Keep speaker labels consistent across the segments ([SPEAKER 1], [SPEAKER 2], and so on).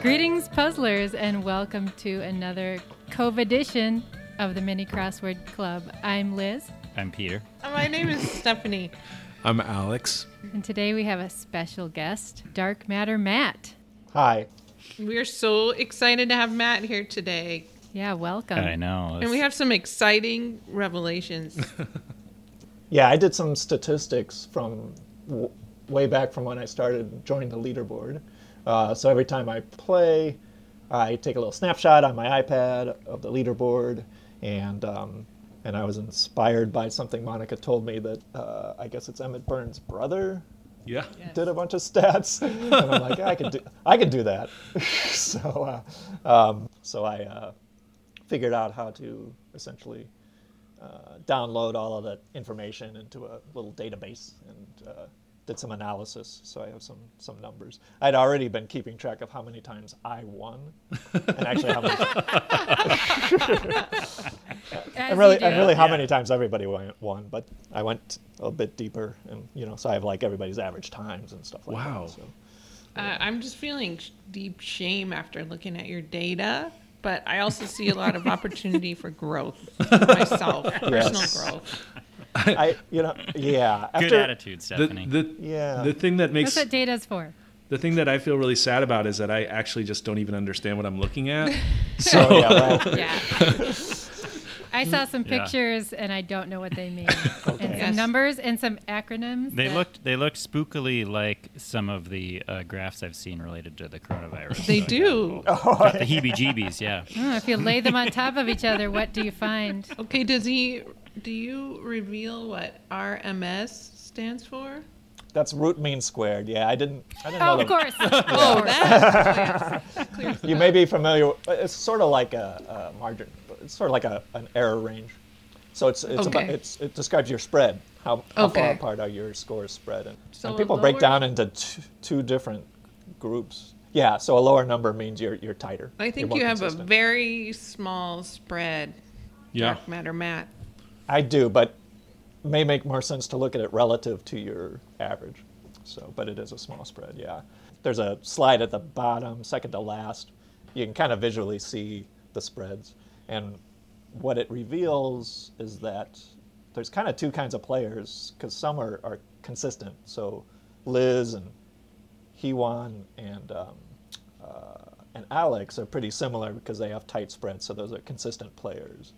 [SPEAKER 1] Greetings, puzzlers, and welcome to another Cove edition of the Mini Crossword Club. I'm Liz,
[SPEAKER 2] I'm Peter.
[SPEAKER 3] Uh, My name is Stephanie.
[SPEAKER 4] I'm Alex.
[SPEAKER 1] and today we have a special guest, Dark Matter Matt.
[SPEAKER 5] Hi.
[SPEAKER 3] We're so excited to have Matt here today.
[SPEAKER 1] Yeah, welcome.
[SPEAKER 2] I know.
[SPEAKER 3] And we have some exciting revelations.
[SPEAKER 5] Yeah, I did some statistics from w- way back from when I started joining the leaderboard. Uh, so every time I play, I take a little snapshot on my iPad of the leaderboard, and um, and I was inspired by something Monica told me that uh, I guess it's Emmett Burns' brother
[SPEAKER 4] Yeah.
[SPEAKER 5] did a bunch of stats, and I'm like, I could do, I could do that. so, uh, um, so I uh, figured out how to essentially uh, download all of that information into a little database and uh, did some analysis. So I have some some numbers. I'd already been keeping track of how many times I won, and actually how many,
[SPEAKER 1] As
[SPEAKER 5] and really,
[SPEAKER 1] you
[SPEAKER 5] and
[SPEAKER 1] do.
[SPEAKER 5] really how many times everybody won, won. But I went a bit deeper, and you know, so I have like everybody's average times and stuff like
[SPEAKER 4] Wow.
[SPEAKER 5] that. So.
[SPEAKER 3] Uh, I'm just feeling sh- deep shame after looking at your data, but I also see a lot of opportunity for growth for myself,
[SPEAKER 5] Yes.
[SPEAKER 3] personal growth.
[SPEAKER 5] I, you know, yeah.
[SPEAKER 2] good
[SPEAKER 5] after-
[SPEAKER 2] attitude,
[SPEAKER 4] The,
[SPEAKER 2] Stephanie.
[SPEAKER 4] the,
[SPEAKER 5] Yeah.
[SPEAKER 4] the thing that
[SPEAKER 1] That's
[SPEAKER 4] makes
[SPEAKER 1] what data's for.
[SPEAKER 4] the thing that I feel really sad about is that I actually just don't even understand what I'm looking at.
[SPEAKER 5] So yeah, well,
[SPEAKER 3] Yeah.
[SPEAKER 1] I saw some
[SPEAKER 2] Yeah.
[SPEAKER 1] pictures and I don't know what they mean. And some
[SPEAKER 3] Yes.
[SPEAKER 1] numbers and some acronyms.
[SPEAKER 2] they
[SPEAKER 1] that-
[SPEAKER 2] looked they looked spookily like some of the uh, graphs I've seen related to the coronavirus.
[SPEAKER 3] They
[SPEAKER 2] So I
[SPEAKER 5] Oh
[SPEAKER 2] got
[SPEAKER 3] do.
[SPEAKER 2] a little- got the heebie-jeebies. Yeah.
[SPEAKER 1] Oh, if you lay them on top of each other, what do you find?
[SPEAKER 3] Oh. Okay, does he do you reveal what RMS stands for?
[SPEAKER 5] that's root mean squared. Yeah, I didn't. I didn't know
[SPEAKER 1] Oh,
[SPEAKER 5] that.
[SPEAKER 1] of course.
[SPEAKER 3] Oh,
[SPEAKER 1] Oh,
[SPEAKER 3] that that clears it
[SPEAKER 5] You
[SPEAKER 3] up.
[SPEAKER 5] may be familiar. It's sort of like a, a margin. It's sort of like a, an error range. So it's it's, about,
[SPEAKER 3] Okay.
[SPEAKER 5] it's it describes your spread. How, how
[SPEAKER 3] Okay.
[SPEAKER 5] far apart are your scores spread? And,
[SPEAKER 3] So
[SPEAKER 5] and
[SPEAKER 3] a
[SPEAKER 5] people break
[SPEAKER 3] lower-
[SPEAKER 5] down into two, two different groups. Yeah. So a lower number means you're you're tighter.
[SPEAKER 3] I
[SPEAKER 5] You're
[SPEAKER 3] think
[SPEAKER 5] more
[SPEAKER 3] you have a
[SPEAKER 5] consistent.
[SPEAKER 3] very small spread.
[SPEAKER 4] Yeah.
[SPEAKER 3] Dark matter Matt.
[SPEAKER 5] I do, but may make more sense to look at it relative to your average. So, but it is a small spread, yeah. There's a slide at the bottom, second to last. You can kind of visually see the spreads, and what it reveals is that there's kind of two kinds of players because some are, are consistent. So, Liz and Hewan and um, uh, and Alex are pretty similar because they have tight spreads, so those are consistent players.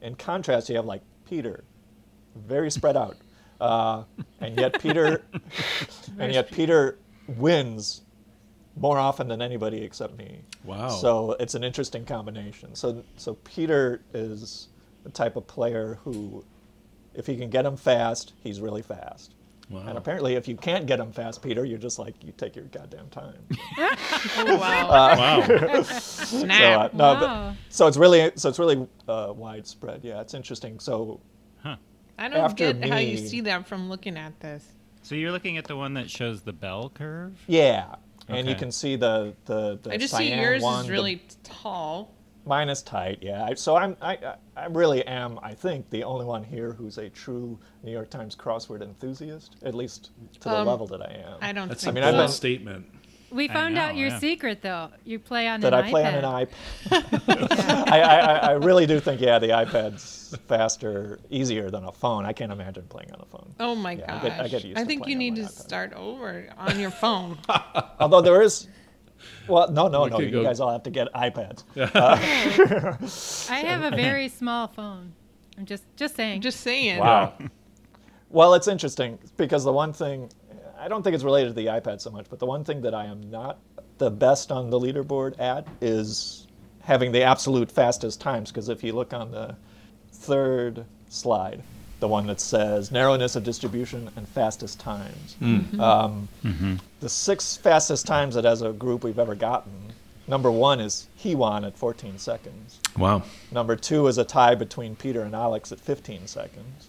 [SPEAKER 5] In contrast, you have like Peter, very spread out, uh, and yet Peter, and yet Peter wins more often than anybody except me.
[SPEAKER 4] Wow.
[SPEAKER 5] So it's an interesting combination. So so Peter is the type of player who, if you can get him fast, he's really fast.
[SPEAKER 4] Wow.
[SPEAKER 5] And apparently, if you can't get him fast, Peter, you're just like you take your goddamn time.
[SPEAKER 3] Oh wow.
[SPEAKER 4] Wow.
[SPEAKER 5] So, uh,
[SPEAKER 3] Snap.
[SPEAKER 5] no, but-
[SPEAKER 1] Wow.
[SPEAKER 5] so it's really so it's really uh, widespread. Yeah, it's interesting. So
[SPEAKER 3] I don't
[SPEAKER 5] after
[SPEAKER 3] get how you
[SPEAKER 5] me-
[SPEAKER 3] see that from looking at this.
[SPEAKER 2] So you're looking at the one that shows the bell curve.
[SPEAKER 5] yeah, and you
[SPEAKER 2] Okay.
[SPEAKER 5] can see the the, the
[SPEAKER 3] I just see
[SPEAKER 5] cyan
[SPEAKER 3] yours
[SPEAKER 5] one,
[SPEAKER 3] is
[SPEAKER 5] the-
[SPEAKER 3] really tall.
[SPEAKER 5] Mine is tight, yeah. I, so I'm, I, I- I really am, I think, the only one here who's a true New York Times crossword enthusiast, at least to the
[SPEAKER 3] Um,
[SPEAKER 5] level that I am.
[SPEAKER 3] I don't
[SPEAKER 4] That's
[SPEAKER 3] think
[SPEAKER 4] a
[SPEAKER 5] mean,
[SPEAKER 4] bold
[SPEAKER 5] I've been-
[SPEAKER 4] statement.
[SPEAKER 1] We
[SPEAKER 2] I
[SPEAKER 1] found out
[SPEAKER 2] know,
[SPEAKER 1] your
[SPEAKER 2] yeah.
[SPEAKER 1] secret, though. You play on
[SPEAKER 5] that
[SPEAKER 1] an
[SPEAKER 5] I play
[SPEAKER 1] iPad.
[SPEAKER 5] on an iPad. I, I, I- I really do think, yeah, the iPad's faster, easier than a phone. I can't imagine playing on a phone.
[SPEAKER 3] Oh my
[SPEAKER 5] Yeah, I
[SPEAKER 3] gosh.
[SPEAKER 5] get- I get used to
[SPEAKER 3] think you
[SPEAKER 5] playing on
[SPEAKER 3] need
[SPEAKER 5] my
[SPEAKER 3] to
[SPEAKER 5] iPad.
[SPEAKER 3] start over on your phone.
[SPEAKER 5] Although there is, well, no, no,
[SPEAKER 4] We
[SPEAKER 5] no.
[SPEAKER 4] could
[SPEAKER 5] You
[SPEAKER 4] go-
[SPEAKER 5] guys all have to get iPads.
[SPEAKER 1] I have a very small phone. I'm just just saying.
[SPEAKER 3] I'm just saying.
[SPEAKER 5] Wow. well, it's interesting because the one thing I don't think it's related to the iPad so much, but the one thing that I am not the best on the leaderboard at is having the absolute fastest times. Because if you look on the third slide, the one that says narrowness of distribution and fastest times, um, the six fastest times that as a group we've ever gotten. Number one is Hewan at 14 seconds.
[SPEAKER 4] Wow.
[SPEAKER 5] Number two is a tie between Peter and Alex at 15 seconds.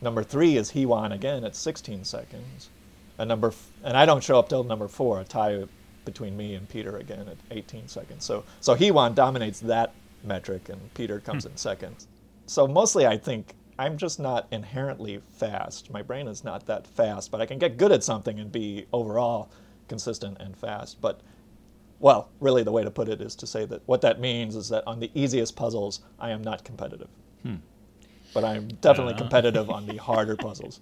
[SPEAKER 5] Number three is Hewan again at 16 seconds. And number f- and I don't show up till number four, a tie between me and Peter again at 18 seconds. So so Hewan dominates that metric, and Peter comes in second. So mostly, I think I'm just not inherently fast. My brain is not that fast, but I can get good at something and be overall consistent and fast. But Well, really, the way to put it is to say that what that means is that on the easiest puzzles, I am not competitive. But I'm definitely competitive on the harder puzzles.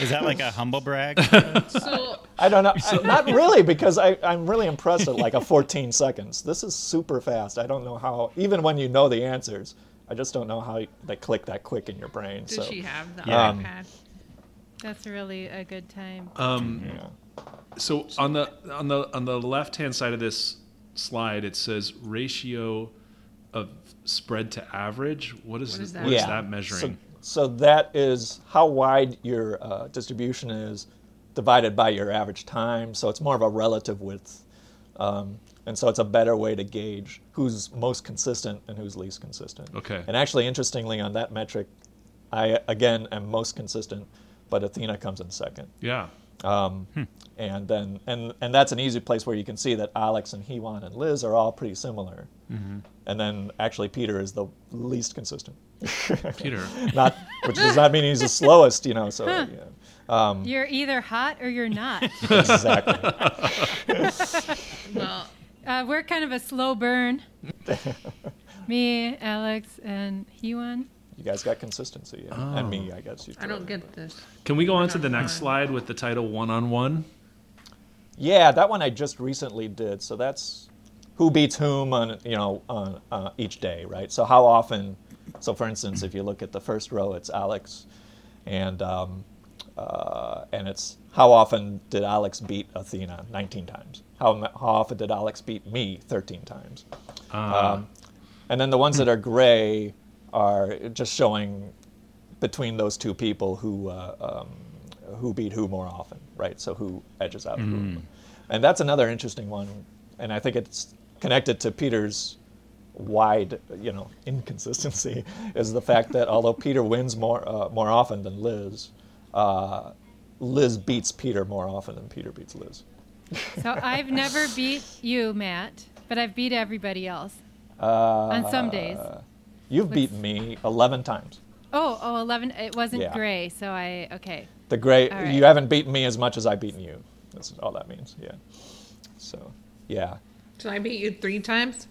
[SPEAKER 2] Is that like a humble brag?
[SPEAKER 3] So
[SPEAKER 5] I don't know. I- not really, because I, I'm really impressed at like a 14 seconds. This is super fast. I don't know how, even when you know the answers, I just don't know how they click that quick in your brain.
[SPEAKER 3] did
[SPEAKER 5] so,
[SPEAKER 3] she have the
[SPEAKER 2] Yeah.
[SPEAKER 5] Um,
[SPEAKER 3] iPad?
[SPEAKER 1] That's really a good time.
[SPEAKER 5] Uh, yeah.
[SPEAKER 4] So on the on the on the left hand side of this slide, it says ratio of spread to average. What is,
[SPEAKER 3] What is
[SPEAKER 4] the-
[SPEAKER 3] that?
[SPEAKER 4] what is
[SPEAKER 5] Yeah.
[SPEAKER 4] that measuring?
[SPEAKER 5] So, so that is how wide your uh, distribution is divided by your average time. So it's more of a relative width. Um, and so it's a better way to gauge who's most consistent and who's least consistent.
[SPEAKER 4] Okay.
[SPEAKER 5] And actually, interestingly, on that metric, I again am most consistent, but Athena comes in second.
[SPEAKER 4] yeah.
[SPEAKER 5] Um,
[SPEAKER 4] Hmm.
[SPEAKER 5] And then and and that's an easy place where you can see that Alex and Hewan and Liz are all pretty similar.
[SPEAKER 4] Mm-hmm.
[SPEAKER 5] And then actually Peter is the least consistent.
[SPEAKER 4] Peter.
[SPEAKER 5] Not which does not mean he's the slowest, you know. So yeah. um,
[SPEAKER 1] You're either hot or you're not.
[SPEAKER 5] exactly.
[SPEAKER 3] Well,
[SPEAKER 1] Uh, we're kind of a slow burn. Me, Alex, and Hewan.
[SPEAKER 5] You guys got consistency, yeah. and me, I guess. You
[SPEAKER 3] I don't get this.
[SPEAKER 4] Can we go on to the next
[SPEAKER 3] fine.
[SPEAKER 4] slide with the title one on one?
[SPEAKER 5] Yeah, that one I just recently did. So that's who beats whom on you know on uh, each day, right? So how often? So for instance, if you look at the first row, it's Alex, and um, uh, and it's how often did Alex beat Athena? 19 times. How m- how often did Alex beat me? 13 times. Um, and then the ones that are gray are just showing between those two people who uh, um, who beat who more often, right? So who edges out who, and that's another interesting one, and I think it's connected to Peter's wide, you know, inconsistency is the fact that although Peter wins more uh, more often than Liz, uh, Liz beats Peter more often than Peter beats Liz.
[SPEAKER 1] So I've never beat you, Matt, but I've beat everybody else
[SPEAKER 5] Uh,
[SPEAKER 1] on some days.
[SPEAKER 5] You've beaten me 11 times.
[SPEAKER 1] Oh, oh, 11. It wasn't
[SPEAKER 5] Yeah.
[SPEAKER 1] gray, so I, okay.
[SPEAKER 5] The great,
[SPEAKER 1] All right.
[SPEAKER 5] you haven't beaten me as much as I've beaten you. That's all that means. Yeah. So, yeah.
[SPEAKER 3] So I beat you three times.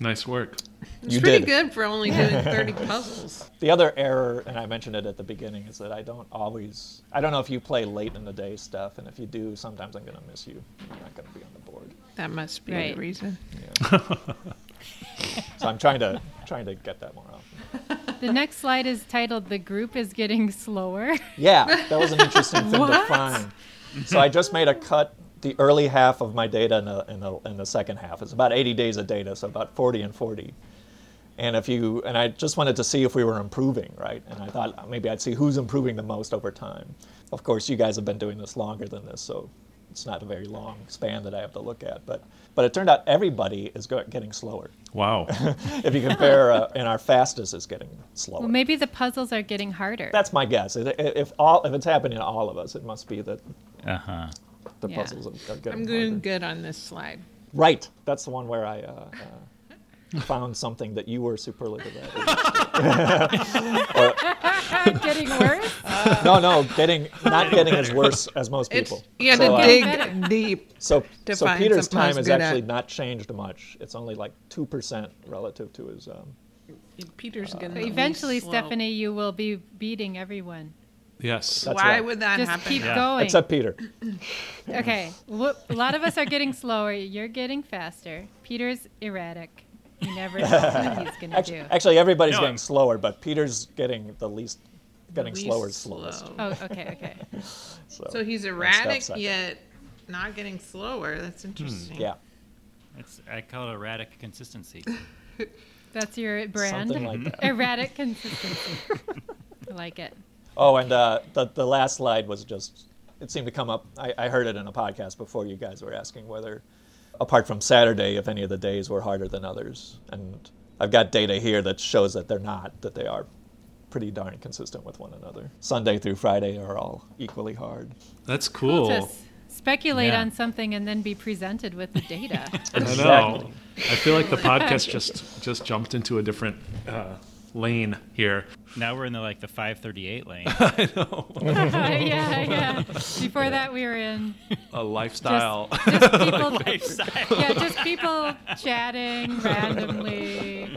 [SPEAKER 4] Nice work.
[SPEAKER 3] It's
[SPEAKER 5] You
[SPEAKER 3] pretty
[SPEAKER 5] did.
[SPEAKER 3] good for only doing 30 puzzles.
[SPEAKER 5] The other error, and I mentioned it at the beginning, is that I don't always, I don't know if you play late in the day stuff, and if you do, sometimes I'm going to miss you. You're not going to be on the board.
[SPEAKER 3] That must be
[SPEAKER 1] Right.
[SPEAKER 3] the reason.
[SPEAKER 5] So I'm trying to, trying to get that more often.
[SPEAKER 1] The next slide is titled The Group is Getting Slower.
[SPEAKER 5] Yeah, that was an interesting thing to find. So I just made a cut. The early half of my data and the, and the, and the second half It's about 80 days of data, so about 40 and 40. And if you and I just wanted to see if we were improving, right? And I thought maybe I'd see who's improving the most over time. Of course, you guys have been doing this longer than this, so it's not a very long span that I have to look at. But but it turned out everybody is go- getting slower.
[SPEAKER 4] Wow.
[SPEAKER 5] If you compare, uh, and our fastest is getting slower.
[SPEAKER 1] Well, maybe the puzzles are getting harder.
[SPEAKER 5] That's my guess. If- If all if it's happening to all of us, it must be that
[SPEAKER 2] Uh huh.
[SPEAKER 5] the
[SPEAKER 1] Yeah.
[SPEAKER 5] puzzles are, are getting
[SPEAKER 3] I'm doing
[SPEAKER 5] harder.
[SPEAKER 3] good on this slide.
[SPEAKER 5] Right. That's the one where I uh, uh, found something that you were superlative at.
[SPEAKER 1] getting worse?
[SPEAKER 5] no, no, getting not getting as worse as most
[SPEAKER 3] It's
[SPEAKER 5] people.
[SPEAKER 3] you had
[SPEAKER 5] so,
[SPEAKER 3] to
[SPEAKER 5] uh,
[SPEAKER 3] dig
[SPEAKER 1] Better.
[SPEAKER 3] deep.
[SPEAKER 5] so,
[SPEAKER 3] to
[SPEAKER 5] so
[SPEAKER 3] find
[SPEAKER 5] Peter's
[SPEAKER 3] something I was
[SPEAKER 5] time has
[SPEAKER 3] good
[SPEAKER 5] actually
[SPEAKER 3] at.
[SPEAKER 5] not changed much. It's only like two percent relative to his. Um,
[SPEAKER 3] Peter's gonna
[SPEAKER 1] But
[SPEAKER 3] be
[SPEAKER 1] eventually,
[SPEAKER 3] slow.
[SPEAKER 1] Stephanie, you will be beating everyone.
[SPEAKER 4] yes.
[SPEAKER 5] That's
[SPEAKER 3] Why
[SPEAKER 5] right.
[SPEAKER 3] would that
[SPEAKER 1] Just
[SPEAKER 3] happen?
[SPEAKER 1] keep
[SPEAKER 2] Yeah.
[SPEAKER 1] going.
[SPEAKER 5] except Peter.
[SPEAKER 1] Okay. Wh- a lot of us are getting slower. You're getting faster. Peter's erratic. You never know what he's going to
[SPEAKER 5] Actually,
[SPEAKER 1] do.
[SPEAKER 5] actually everybody's
[SPEAKER 2] No,
[SPEAKER 5] getting
[SPEAKER 2] I'm-
[SPEAKER 5] slower, but Peter's getting the least, getting
[SPEAKER 3] Least
[SPEAKER 5] slower, slowest.
[SPEAKER 3] slow.
[SPEAKER 1] Oh, okay, okay.
[SPEAKER 3] So he's
[SPEAKER 5] and
[SPEAKER 3] erratic
[SPEAKER 5] Steph's second.
[SPEAKER 3] yet not getting slower. That's interesting.
[SPEAKER 5] Hmm, Yeah.
[SPEAKER 2] It's, I call it erratic consistency.
[SPEAKER 1] That's your brand.
[SPEAKER 5] Something like that.
[SPEAKER 1] erratic consistency. I like it.
[SPEAKER 5] Oh, and uh, the the last slide was just it seemed to come up. I, I heard it in a podcast before you guys were asking whether, apart from Saturday, if any of the days were harder than others. And I've got data here that shows that they're not. That they are pretty darn consistent with one another. Sunday through Friday are all equally hard.
[SPEAKER 4] That's
[SPEAKER 1] Cool
[SPEAKER 4] cool.
[SPEAKER 1] to s- speculate
[SPEAKER 2] Yeah.
[SPEAKER 1] on something and then be presented with the data.
[SPEAKER 4] I know.
[SPEAKER 5] Exactly.
[SPEAKER 4] I feel like the podcast just just jumped into a different uh, lane here.
[SPEAKER 2] Now we're in the like the 538 lane.
[SPEAKER 4] I know.
[SPEAKER 1] yeah, yeah. Before that, we were in
[SPEAKER 4] A lifestyle.
[SPEAKER 1] just people. yeah, just people chatting randomly.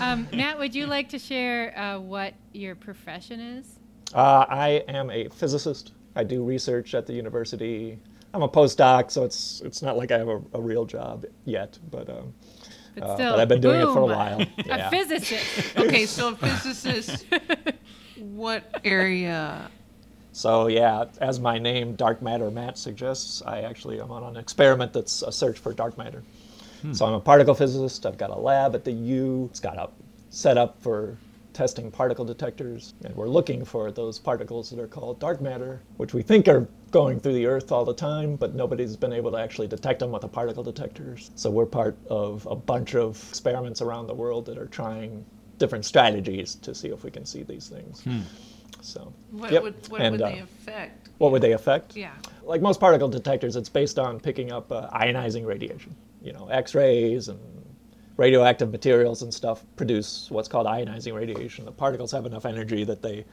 [SPEAKER 1] Um, Matt, would you like to share uh, what your profession is?
[SPEAKER 5] Uh, I am a physicist. I do research at the university. I'm a postdoc, so it's it's not like I have a, a real job yet, but um,
[SPEAKER 1] But
[SPEAKER 5] uh,
[SPEAKER 1] still,
[SPEAKER 5] but I've been doing it for a
[SPEAKER 1] boom,
[SPEAKER 5] while. Yeah.
[SPEAKER 1] A physicist. Oh,
[SPEAKER 3] Okay, so a physicist, what area?
[SPEAKER 5] So yeah, as my name Dark Matter Matt suggests, I actually am on an experiment that's a search for dark matter. So I'm a particle physicist. I've got a lab at the U. It's got up set up for testing particle detectors, and we're looking for those particles that are called dark matter, which we think are going through the Earth all the time, but nobody's been able to actually detect them with a particle detector. So we're part of a bunch of experiments around the world that are trying different strategies to see if we can see these things. So
[SPEAKER 3] What
[SPEAKER 5] yep.
[SPEAKER 3] would what
[SPEAKER 5] And,
[SPEAKER 3] would
[SPEAKER 5] uh,
[SPEAKER 3] they affect?
[SPEAKER 5] what would they affect?
[SPEAKER 3] Yeah.
[SPEAKER 5] Like most particle detectors, it's based on picking up uh, ionizing radiation. You know, X rays and radioactive materials and stuff produce what's called ionizing radiation. The particles have enough energy that they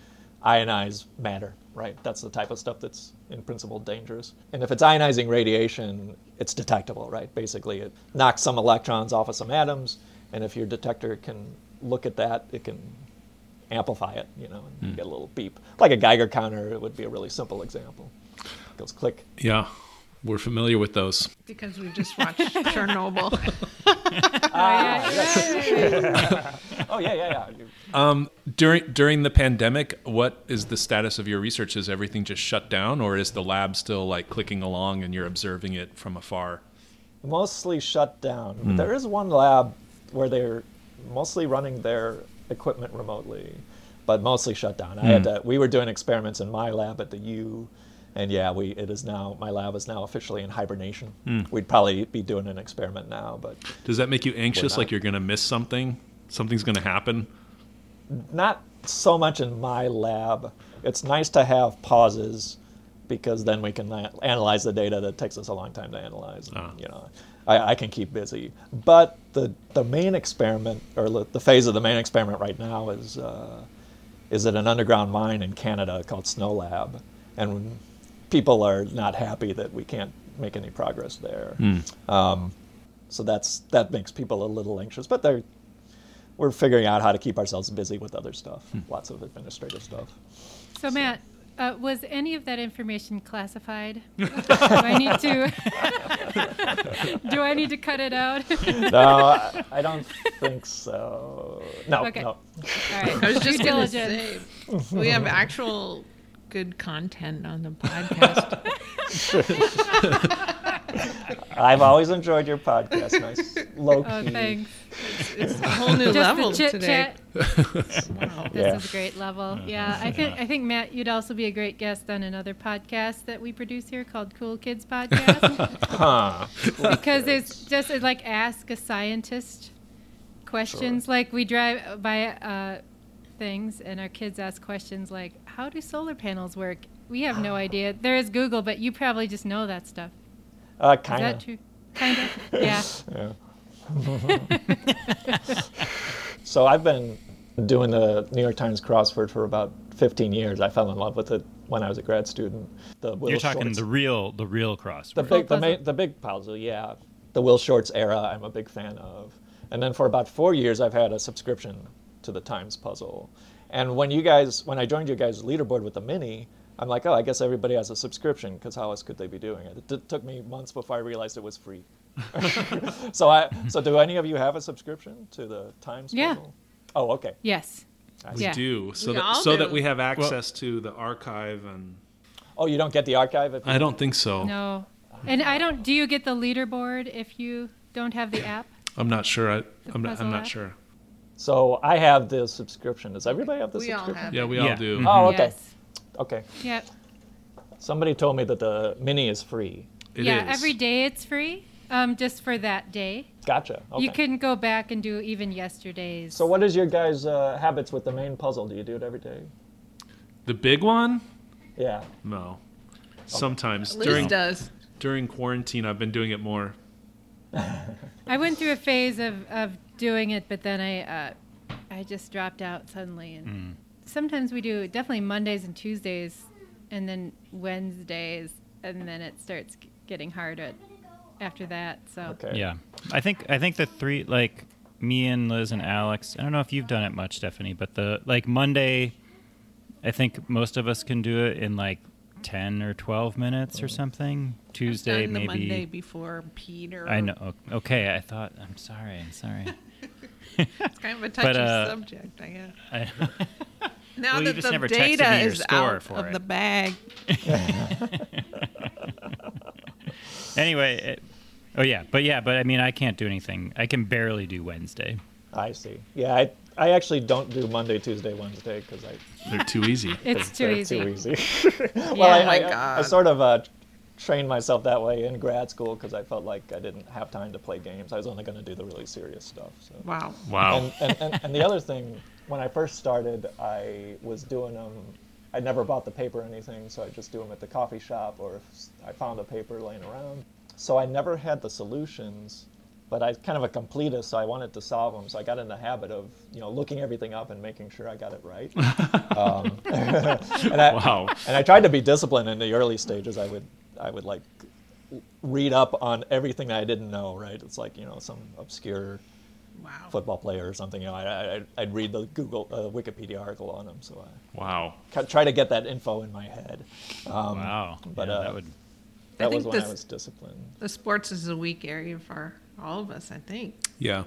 [SPEAKER 5] ionize matter, right? That's the type of stuff that's in principle dangerous. And if it's ionizing radiation, it's detectable, right? Basically, it knocks some electrons off of some atoms, and if your detector can look at that, it can amplify it, you know, and you get a little beep. Like a Geiger counter, it would be a really simple example. goes click.
[SPEAKER 4] yeah, we're familiar with those.
[SPEAKER 3] Because we just watched Chernobyl.
[SPEAKER 1] Yeah, yeah, yeah, yeah.
[SPEAKER 5] Oh yeah, yeah, yeah. You-
[SPEAKER 4] During during the pandemic, what is the status of your research? Is everything just shut down, or is the lab still like clicking along and you're observing it from afar?
[SPEAKER 5] mostly shut down. But There is one lab where they're mostly running their equipment remotely, but mostly shut down. I had to, we were doing experiments in my lab at the U, and yeah, we it is now my lab is now officially in hibernation. We'd probably be doing an experiment now, but
[SPEAKER 4] Does that make you anxious?
[SPEAKER 5] not.
[SPEAKER 4] Like you're gonna miss something? Something's gonna happen?
[SPEAKER 5] not so much in my lab. It's nice to have pauses because then we can a- analyze the data that takes us a long time to analyze. and,
[SPEAKER 4] Ah.
[SPEAKER 5] You know, I, I can keep busy. But the the main experiment or the the phase of the main experiment right now is uh, is at an underground mine in Canada called Snow Lab, and people are not happy that we can't make any progress there. Um, so that's that makes people a little anxious, but they're we're figuring out how to keep ourselves busy with other stuff,
[SPEAKER 2] Hmm.
[SPEAKER 5] lots of administrative stuff.
[SPEAKER 1] So, Matt, uh, was any of that information classified? do I need to? do I need to cut it out? All
[SPEAKER 5] No, I, I don't think so. No,
[SPEAKER 1] Okay.
[SPEAKER 5] no.
[SPEAKER 1] right.
[SPEAKER 3] I was just
[SPEAKER 1] Due
[SPEAKER 3] gonna
[SPEAKER 1] diligence.
[SPEAKER 3] say we have actual good content on the podcast.
[SPEAKER 5] I've always enjoyed your podcast. Nice, low key.
[SPEAKER 1] Oh, thanks.
[SPEAKER 3] It's a whole new
[SPEAKER 1] Just
[SPEAKER 3] level
[SPEAKER 1] the chit
[SPEAKER 3] today.
[SPEAKER 1] chat.
[SPEAKER 3] Wow.
[SPEAKER 1] This
[SPEAKER 5] Yeah. Mm-hmm.
[SPEAKER 1] is a great level. Yeah, I think I think Matt, you'd also be a great guest on another podcast that we produce here called Cool Kids Podcast
[SPEAKER 5] Huh.
[SPEAKER 1] because it's just it's like ask a scientist questions. Like we drive by uh, things and our kids ask questions like, "How do solar panels work?" We have no idea. There is Google, but you probably just know that stuff.
[SPEAKER 5] Uh,
[SPEAKER 1] Is
[SPEAKER 5] kind
[SPEAKER 1] that true? Kind of. Yeah.
[SPEAKER 5] Yeah. so I've been doing the New York Times crossword for about 15 years. I fell in love with it when I was a grad student. The Will
[SPEAKER 2] You're talking
[SPEAKER 5] Shorts-
[SPEAKER 2] the real the real crossword.
[SPEAKER 5] the big, the,
[SPEAKER 1] puzzle.
[SPEAKER 5] ma- the big puzzle, yeah. The Will Shorts era, I'm a big fan of. And then for about four years, I've had a subscription to the Times Puzzle. And when you guys, when I joined you guys' leaderboard with the mini, I'm like, oh, I guess everybody has a subscription because how else could they be doing it? It t- took me months before I realized it was free. so I, so do any of you have a subscription to the Times
[SPEAKER 1] Yeah.
[SPEAKER 5] Puzzle? Oh, okay.
[SPEAKER 1] Yes.
[SPEAKER 4] We
[SPEAKER 1] Yeah.
[SPEAKER 4] do so
[SPEAKER 3] We
[SPEAKER 4] that
[SPEAKER 3] all
[SPEAKER 4] so
[SPEAKER 3] do.
[SPEAKER 4] that we have access to the archive and.
[SPEAKER 5] Oh, you don't get the archive if you
[SPEAKER 4] I don't think so.
[SPEAKER 5] Oh.
[SPEAKER 1] No. And I don't. Do you get the leaderboard if you don't have the app?
[SPEAKER 4] I'm not sure. I, I'm not.
[SPEAKER 1] puzzle
[SPEAKER 4] I'm not
[SPEAKER 1] app?
[SPEAKER 4] sure.
[SPEAKER 5] So I have the subscription. Does everybody have the
[SPEAKER 3] We all
[SPEAKER 5] subscription?
[SPEAKER 3] have.
[SPEAKER 4] Yeah, we
[SPEAKER 2] Yeah.
[SPEAKER 4] all do.
[SPEAKER 2] Mhm.
[SPEAKER 5] Oh, okay.
[SPEAKER 1] Yes.
[SPEAKER 5] Okay.
[SPEAKER 1] Yep.
[SPEAKER 5] Somebody told me that the mini is free.
[SPEAKER 4] It is.
[SPEAKER 1] yeah, every day it's free. Um, just for that day.
[SPEAKER 5] Gotcha. Okay.
[SPEAKER 1] You can go back and do even yesterday's.
[SPEAKER 5] So, what is your guys' uh, habits with the main puzzle? Do you do it every day?
[SPEAKER 4] The big one?
[SPEAKER 5] Yeah.
[SPEAKER 4] No. Sometimes
[SPEAKER 3] Liz
[SPEAKER 4] during
[SPEAKER 3] does.
[SPEAKER 4] during quarantine, I've been doing it more.
[SPEAKER 1] Oh. I went through a phase of, of doing it, but then I uh, I I just dropped out suddenly. And
[SPEAKER 5] Mm.
[SPEAKER 1] sometimes we do definitely Mondays and Tuesdays, and then Wednesdays, and then it starts g- getting hard at, after that. So
[SPEAKER 5] Okay.
[SPEAKER 2] Yeah, I think I think the three like me and Liz and Alex. I don't know if you've done it much, Stephanie, but the like Monday, I think most of us can do it in like ten or twelve minutes
[SPEAKER 5] Oh.
[SPEAKER 2] or something. Tuesday
[SPEAKER 3] I've done
[SPEAKER 2] maybe.
[SPEAKER 3] the Monday before Peter.
[SPEAKER 2] I know. Okay, I thought. I'm sorry. I'm sorry.
[SPEAKER 3] It's kind of a touchy
[SPEAKER 2] uh,
[SPEAKER 3] subject, I guess.
[SPEAKER 2] I,
[SPEAKER 3] Now
[SPEAKER 2] Well, you
[SPEAKER 3] that
[SPEAKER 2] just
[SPEAKER 3] the
[SPEAKER 2] never texted me
[SPEAKER 3] data
[SPEAKER 2] your
[SPEAKER 3] is
[SPEAKER 2] score
[SPEAKER 3] out
[SPEAKER 2] for
[SPEAKER 3] of
[SPEAKER 2] it.
[SPEAKER 3] the bag,
[SPEAKER 2] anyway, it, oh yeah, but yeah, but I mean, I can't do anything. I can barely do Wednesday.
[SPEAKER 5] I see. Yeah, I, I actually don't do Monday, Tuesday, Wednesday because I
[SPEAKER 4] They're too easy.
[SPEAKER 1] it's too
[SPEAKER 5] they're
[SPEAKER 1] easy.
[SPEAKER 5] Too easy. well,
[SPEAKER 1] Yeah.
[SPEAKER 5] I,
[SPEAKER 1] Oh
[SPEAKER 3] my
[SPEAKER 5] I, I
[SPEAKER 3] God.
[SPEAKER 5] sort of uh, trained myself that way in grad school because I felt like I didn't have time to play games. I was only going to do the really serious stuff. So.
[SPEAKER 3] wow.
[SPEAKER 4] Wow.
[SPEAKER 5] And, and, and, and the other thing, when I first started, I was doing them. I never bought the paper or anything, so I just do them at the coffee shop or if I found a paper laying around. So I never had the solutions, but I was kind of a completist, so I wanted to solve them. So I got in the habit of you know looking everything up and making sure I got it right. um, and I,
[SPEAKER 4] Wow.
[SPEAKER 5] and I tried to be disciplined in the early stages. I would, I would like read up on everything that I didn't know. Right? It's like you know some obscure
[SPEAKER 3] Wow.
[SPEAKER 5] football player or something. You know, I, I I'd read the Google uh, Wikipedia article on him, so I
[SPEAKER 4] Wow.
[SPEAKER 5] ca- try to get that info in my head. Um,
[SPEAKER 2] Wow.
[SPEAKER 5] But,
[SPEAKER 2] yeah,
[SPEAKER 5] uh,
[SPEAKER 2] that would.
[SPEAKER 5] That
[SPEAKER 3] think
[SPEAKER 5] was when I
[SPEAKER 3] this-
[SPEAKER 5] was disciplined.
[SPEAKER 3] The sports is a weak area for all of us, I think.
[SPEAKER 4] Yeah.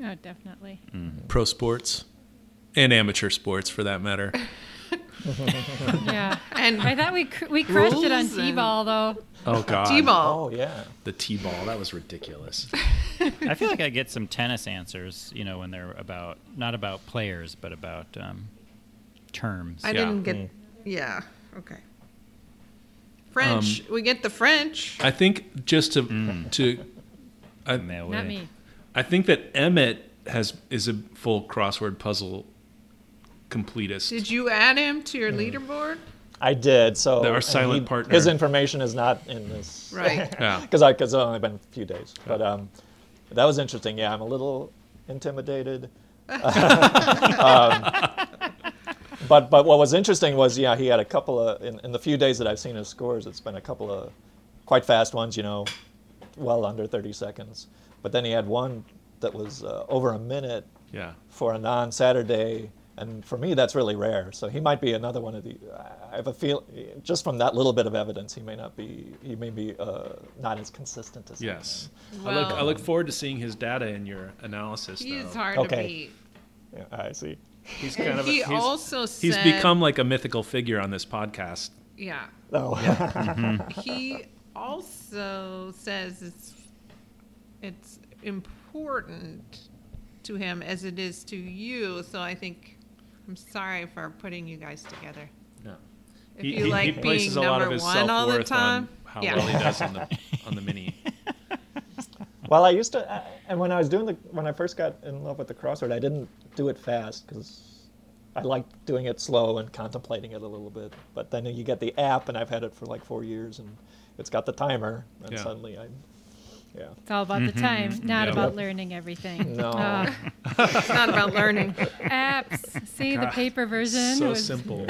[SPEAKER 1] Oh, definitely.
[SPEAKER 4] Pro sports and amateur sports for that matter.
[SPEAKER 1] Yeah. I
[SPEAKER 3] And
[SPEAKER 1] thought we cr- we crushed it on
[SPEAKER 3] Rules and-
[SPEAKER 1] T-ball though.
[SPEAKER 4] Oh god.
[SPEAKER 3] T-ball.
[SPEAKER 5] Oh yeah,
[SPEAKER 4] The T-ball. That was ridiculous.
[SPEAKER 2] I feel like I get some tennis answers, you know, when they're about not about players, but about um, terms.
[SPEAKER 3] I
[SPEAKER 4] Yeah.
[SPEAKER 3] didn't get. Yeah. Okay. French. we get the French.
[SPEAKER 4] I think just to to I,
[SPEAKER 2] Mail
[SPEAKER 1] Not
[SPEAKER 2] it.
[SPEAKER 1] me.
[SPEAKER 4] I think that Emmett has is a full crossword puzzle completist.
[SPEAKER 3] Did you add him to your leaderboard?
[SPEAKER 5] I did. So
[SPEAKER 4] They're our
[SPEAKER 5] and
[SPEAKER 4] silent
[SPEAKER 5] he-
[SPEAKER 4] partner.
[SPEAKER 5] His information is not in this,
[SPEAKER 3] Right.
[SPEAKER 4] Yeah.
[SPEAKER 5] Because I because it's only been a few days, but um, that was interesting. Yeah, I'm a little intimidated. um, but but what was interesting was yeah he had a couple of in, in the few days that I've seen his scores it's been a couple of quite fast ones you know well under 30 seconds but then he had one that was uh, over a minute
[SPEAKER 4] Yeah.
[SPEAKER 5] for a non-Saturday, and for me that's really rare. So he might be another one of the. I have a feel just from that little bit of evidence, he may not be. He may be uh, not as consistent as.
[SPEAKER 4] Yes. I look
[SPEAKER 3] Well-
[SPEAKER 4] I look forward to seeing his data in your analysis.
[SPEAKER 3] He is
[SPEAKER 4] though.
[SPEAKER 3] hard to
[SPEAKER 5] Okay.
[SPEAKER 3] beat.
[SPEAKER 5] He is. Yeah, I see.
[SPEAKER 4] He's
[SPEAKER 3] And
[SPEAKER 4] kind of a,
[SPEAKER 3] he
[SPEAKER 4] he's,
[SPEAKER 3] also
[SPEAKER 4] he's
[SPEAKER 3] said,
[SPEAKER 4] become like a mythical figure on this podcast.
[SPEAKER 3] Yeah.
[SPEAKER 5] Oh.
[SPEAKER 3] he also says it's it's important to him as it is to you. So I think I'm sorry for putting you guys together.
[SPEAKER 4] Yeah.
[SPEAKER 3] If you like being
[SPEAKER 4] places a lot
[SPEAKER 3] number
[SPEAKER 4] of his
[SPEAKER 3] one all the
[SPEAKER 4] self-worth
[SPEAKER 3] time,
[SPEAKER 4] on how
[SPEAKER 3] yeah.
[SPEAKER 4] well he does on the on the mini.
[SPEAKER 5] well, I used to, I, and when I was doing the when I first got in love with the crossword, I didn't do it fast because I liked doing it slow and contemplating it a little bit. But then you get the app, and I've had it for like four years, and it's got the timer, and
[SPEAKER 4] Yeah.
[SPEAKER 5] suddenly I, yeah.
[SPEAKER 1] It's all about the time, not
[SPEAKER 4] Yeah.
[SPEAKER 1] about learning everything.
[SPEAKER 5] No.
[SPEAKER 1] Ah,
[SPEAKER 3] It's not about learning.
[SPEAKER 1] apps. See the paper version
[SPEAKER 4] so
[SPEAKER 1] was
[SPEAKER 4] simple.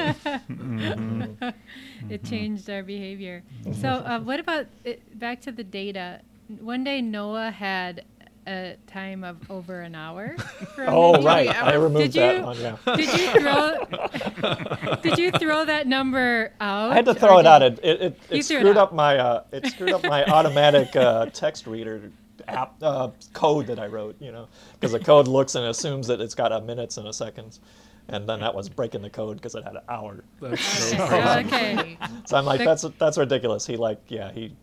[SPEAKER 1] it changed our behavior.
[SPEAKER 5] Mm-hmm.
[SPEAKER 1] So, uh, what about it, back to the data? One day Noah had a time of over an hour. for a
[SPEAKER 5] Oh
[SPEAKER 1] minute.
[SPEAKER 5] right,
[SPEAKER 3] ever-
[SPEAKER 5] I
[SPEAKER 1] Did
[SPEAKER 5] removed that
[SPEAKER 1] you-
[SPEAKER 5] one. Yeah.
[SPEAKER 1] Did you throw? did you throw that number out?
[SPEAKER 5] I had to
[SPEAKER 1] or
[SPEAKER 5] throw it
[SPEAKER 1] did-
[SPEAKER 5] out. It it, it,
[SPEAKER 1] Oh, You
[SPEAKER 5] it
[SPEAKER 1] threw it
[SPEAKER 5] screwed
[SPEAKER 1] out.
[SPEAKER 5] up my uh, it screwed up my automatic uh, text reader app uh, code that I wrote. You know, because the code looks and assumes that it's got a minutes and a seconds, and then that was breaking the code because it had an hour.
[SPEAKER 4] That's so
[SPEAKER 1] Oh, okay.
[SPEAKER 5] So I'm like,
[SPEAKER 1] The-
[SPEAKER 5] that's that's ridiculous. He like, yeah, he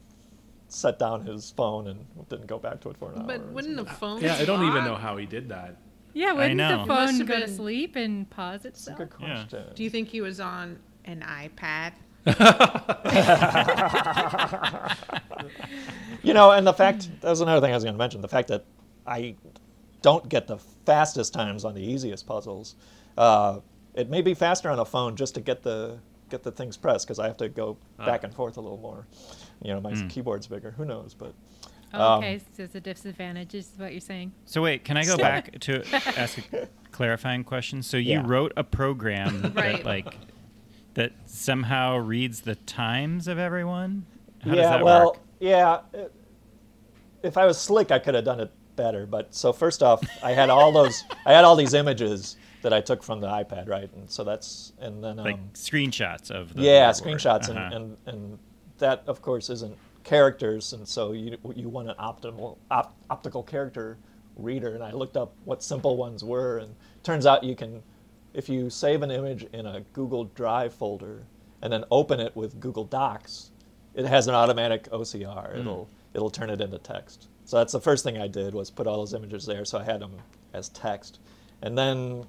[SPEAKER 5] set down his phone and didn't go back to it for an hour.
[SPEAKER 3] But wouldn't the phone?
[SPEAKER 4] Yeah, I don't even
[SPEAKER 3] lock?
[SPEAKER 4] know how he did that.
[SPEAKER 1] Yeah, wouldn't
[SPEAKER 2] know.
[SPEAKER 1] the
[SPEAKER 2] It
[SPEAKER 3] must
[SPEAKER 1] phone
[SPEAKER 3] have
[SPEAKER 1] go to
[SPEAKER 3] been-
[SPEAKER 1] sleep and pause
[SPEAKER 5] That's
[SPEAKER 1] itself?
[SPEAKER 5] a good
[SPEAKER 2] Yeah.
[SPEAKER 5] question.
[SPEAKER 3] Do you think he was on an iPad?
[SPEAKER 5] You know, and the fact that was another thing I was going to mention. The fact that I don't get the fastest times on the easiest puzzles. Uh, it may be faster on a phone just to get the get the
[SPEAKER 2] Ah. Hmm.
[SPEAKER 5] things pressed because I have to go back and forth a little more. You know, my keyboard's bigger. Who knows? But
[SPEAKER 1] Oh,
[SPEAKER 5] Um,
[SPEAKER 1] okay, so it's a disadvantage, is what you're saying.
[SPEAKER 2] So wait, can I go
[SPEAKER 5] So-
[SPEAKER 2] back to ask a clarifying question? So you
[SPEAKER 5] Yeah.
[SPEAKER 2] wrote a program
[SPEAKER 3] Right.
[SPEAKER 2] that like that somehow reads the times of everyone? How
[SPEAKER 5] yeah,
[SPEAKER 2] does that
[SPEAKER 5] well,
[SPEAKER 2] work?
[SPEAKER 5] yeah. it- If I was slick, I could have done it better. But so first off, I had all those, I had all these images that I took from the iPad, right? And so that's, and then um,
[SPEAKER 2] Like screenshots of the
[SPEAKER 5] yeah,
[SPEAKER 2] leaderboard.
[SPEAKER 5] screenshots,
[SPEAKER 2] Uh-huh.
[SPEAKER 5] and, and and that of course isn't characters, and so you you want an optimal op, optical character reader, and I looked up what simple ones were, and turns out you can, if you save an image in a Google Drive folder and then open it with Google Docs, it has an automatic OCR.
[SPEAKER 2] Hmm.
[SPEAKER 5] It'll it'll turn it into text. So that's the first thing I did was put all those images there, so I had them as text, and then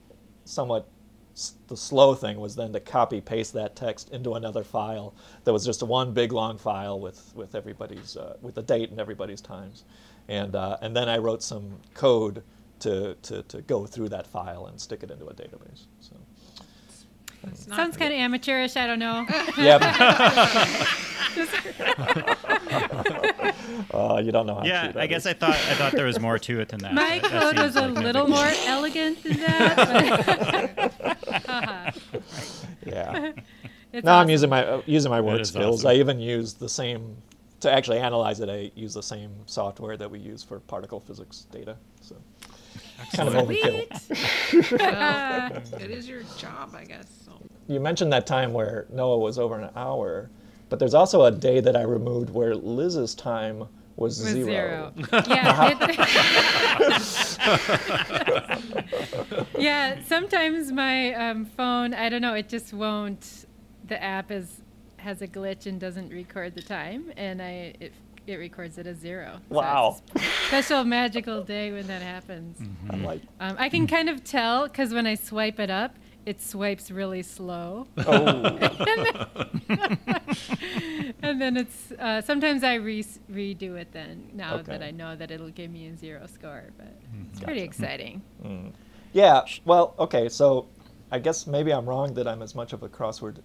[SPEAKER 5] somewhat s- the slow thing was then to copy paste that text into another file that was just one big long file with with everybody's uh, with the date and everybody's times, and uh, and then I wrote some code to, to to go through that file and stick it into a database. So
[SPEAKER 3] It's not
[SPEAKER 1] Sounds kind of amateurish. I don't know.
[SPEAKER 5] yeah, uh, you don't know how.
[SPEAKER 2] Yeah,
[SPEAKER 5] true that
[SPEAKER 2] I guess I
[SPEAKER 5] is.
[SPEAKER 2] thought I thought there was more to it than that.
[SPEAKER 1] My
[SPEAKER 2] That- that
[SPEAKER 1] code was
[SPEAKER 2] seems
[SPEAKER 1] a
[SPEAKER 2] like maybe-
[SPEAKER 1] little more elegant than that. but- Uh-huh. Haha.
[SPEAKER 5] yeah.
[SPEAKER 1] It's
[SPEAKER 5] No, I'm
[SPEAKER 1] awesome.
[SPEAKER 5] using my uh, using my
[SPEAKER 2] is
[SPEAKER 5] work skills.
[SPEAKER 2] awesome.
[SPEAKER 5] I even use the same to actually analyze it. I use the same software that we use for particle physics data. So kind of overkill.
[SPEAKER 1] Sweet.
[SPEAKER 3] well, it is your job, I guess. So.
[SPEAKER 5] You mentioned that time where Noah was over an hour, but there's also a day that I removed where Liz's time was
[SPEAKER 1] With
[SPEAKER 5] zero.
[SPEAKER 1] zero. Yeah. it- yeah. Sometimes my um, phone, I don't know, it just won't. The app is has a glitch and doesn't record the time, and I it, it records it as zero. So
[SPEAKER 5] Wow.
[SPEAKER 1] it's a special magical day when that happens.
[SPEAKER 5] I'm like,
[SPEAKER 1] Um, I can kind of tell because when I swipe it up, it swipes really slow.
[SPEAKER 5] oh,
[SPEAKER 1] and then it's uh, sometimes I re- redo it then now that
[SPEAKER 5] Okay. Mm-hmm.
[SPEAKER 1] I know that it'll give me a zero score, but it's pretty exciting.
[SPEAKER 5] Mm. yeah. Well, okay. So I guess maybe I'm wrong that I'm as much of a crossword.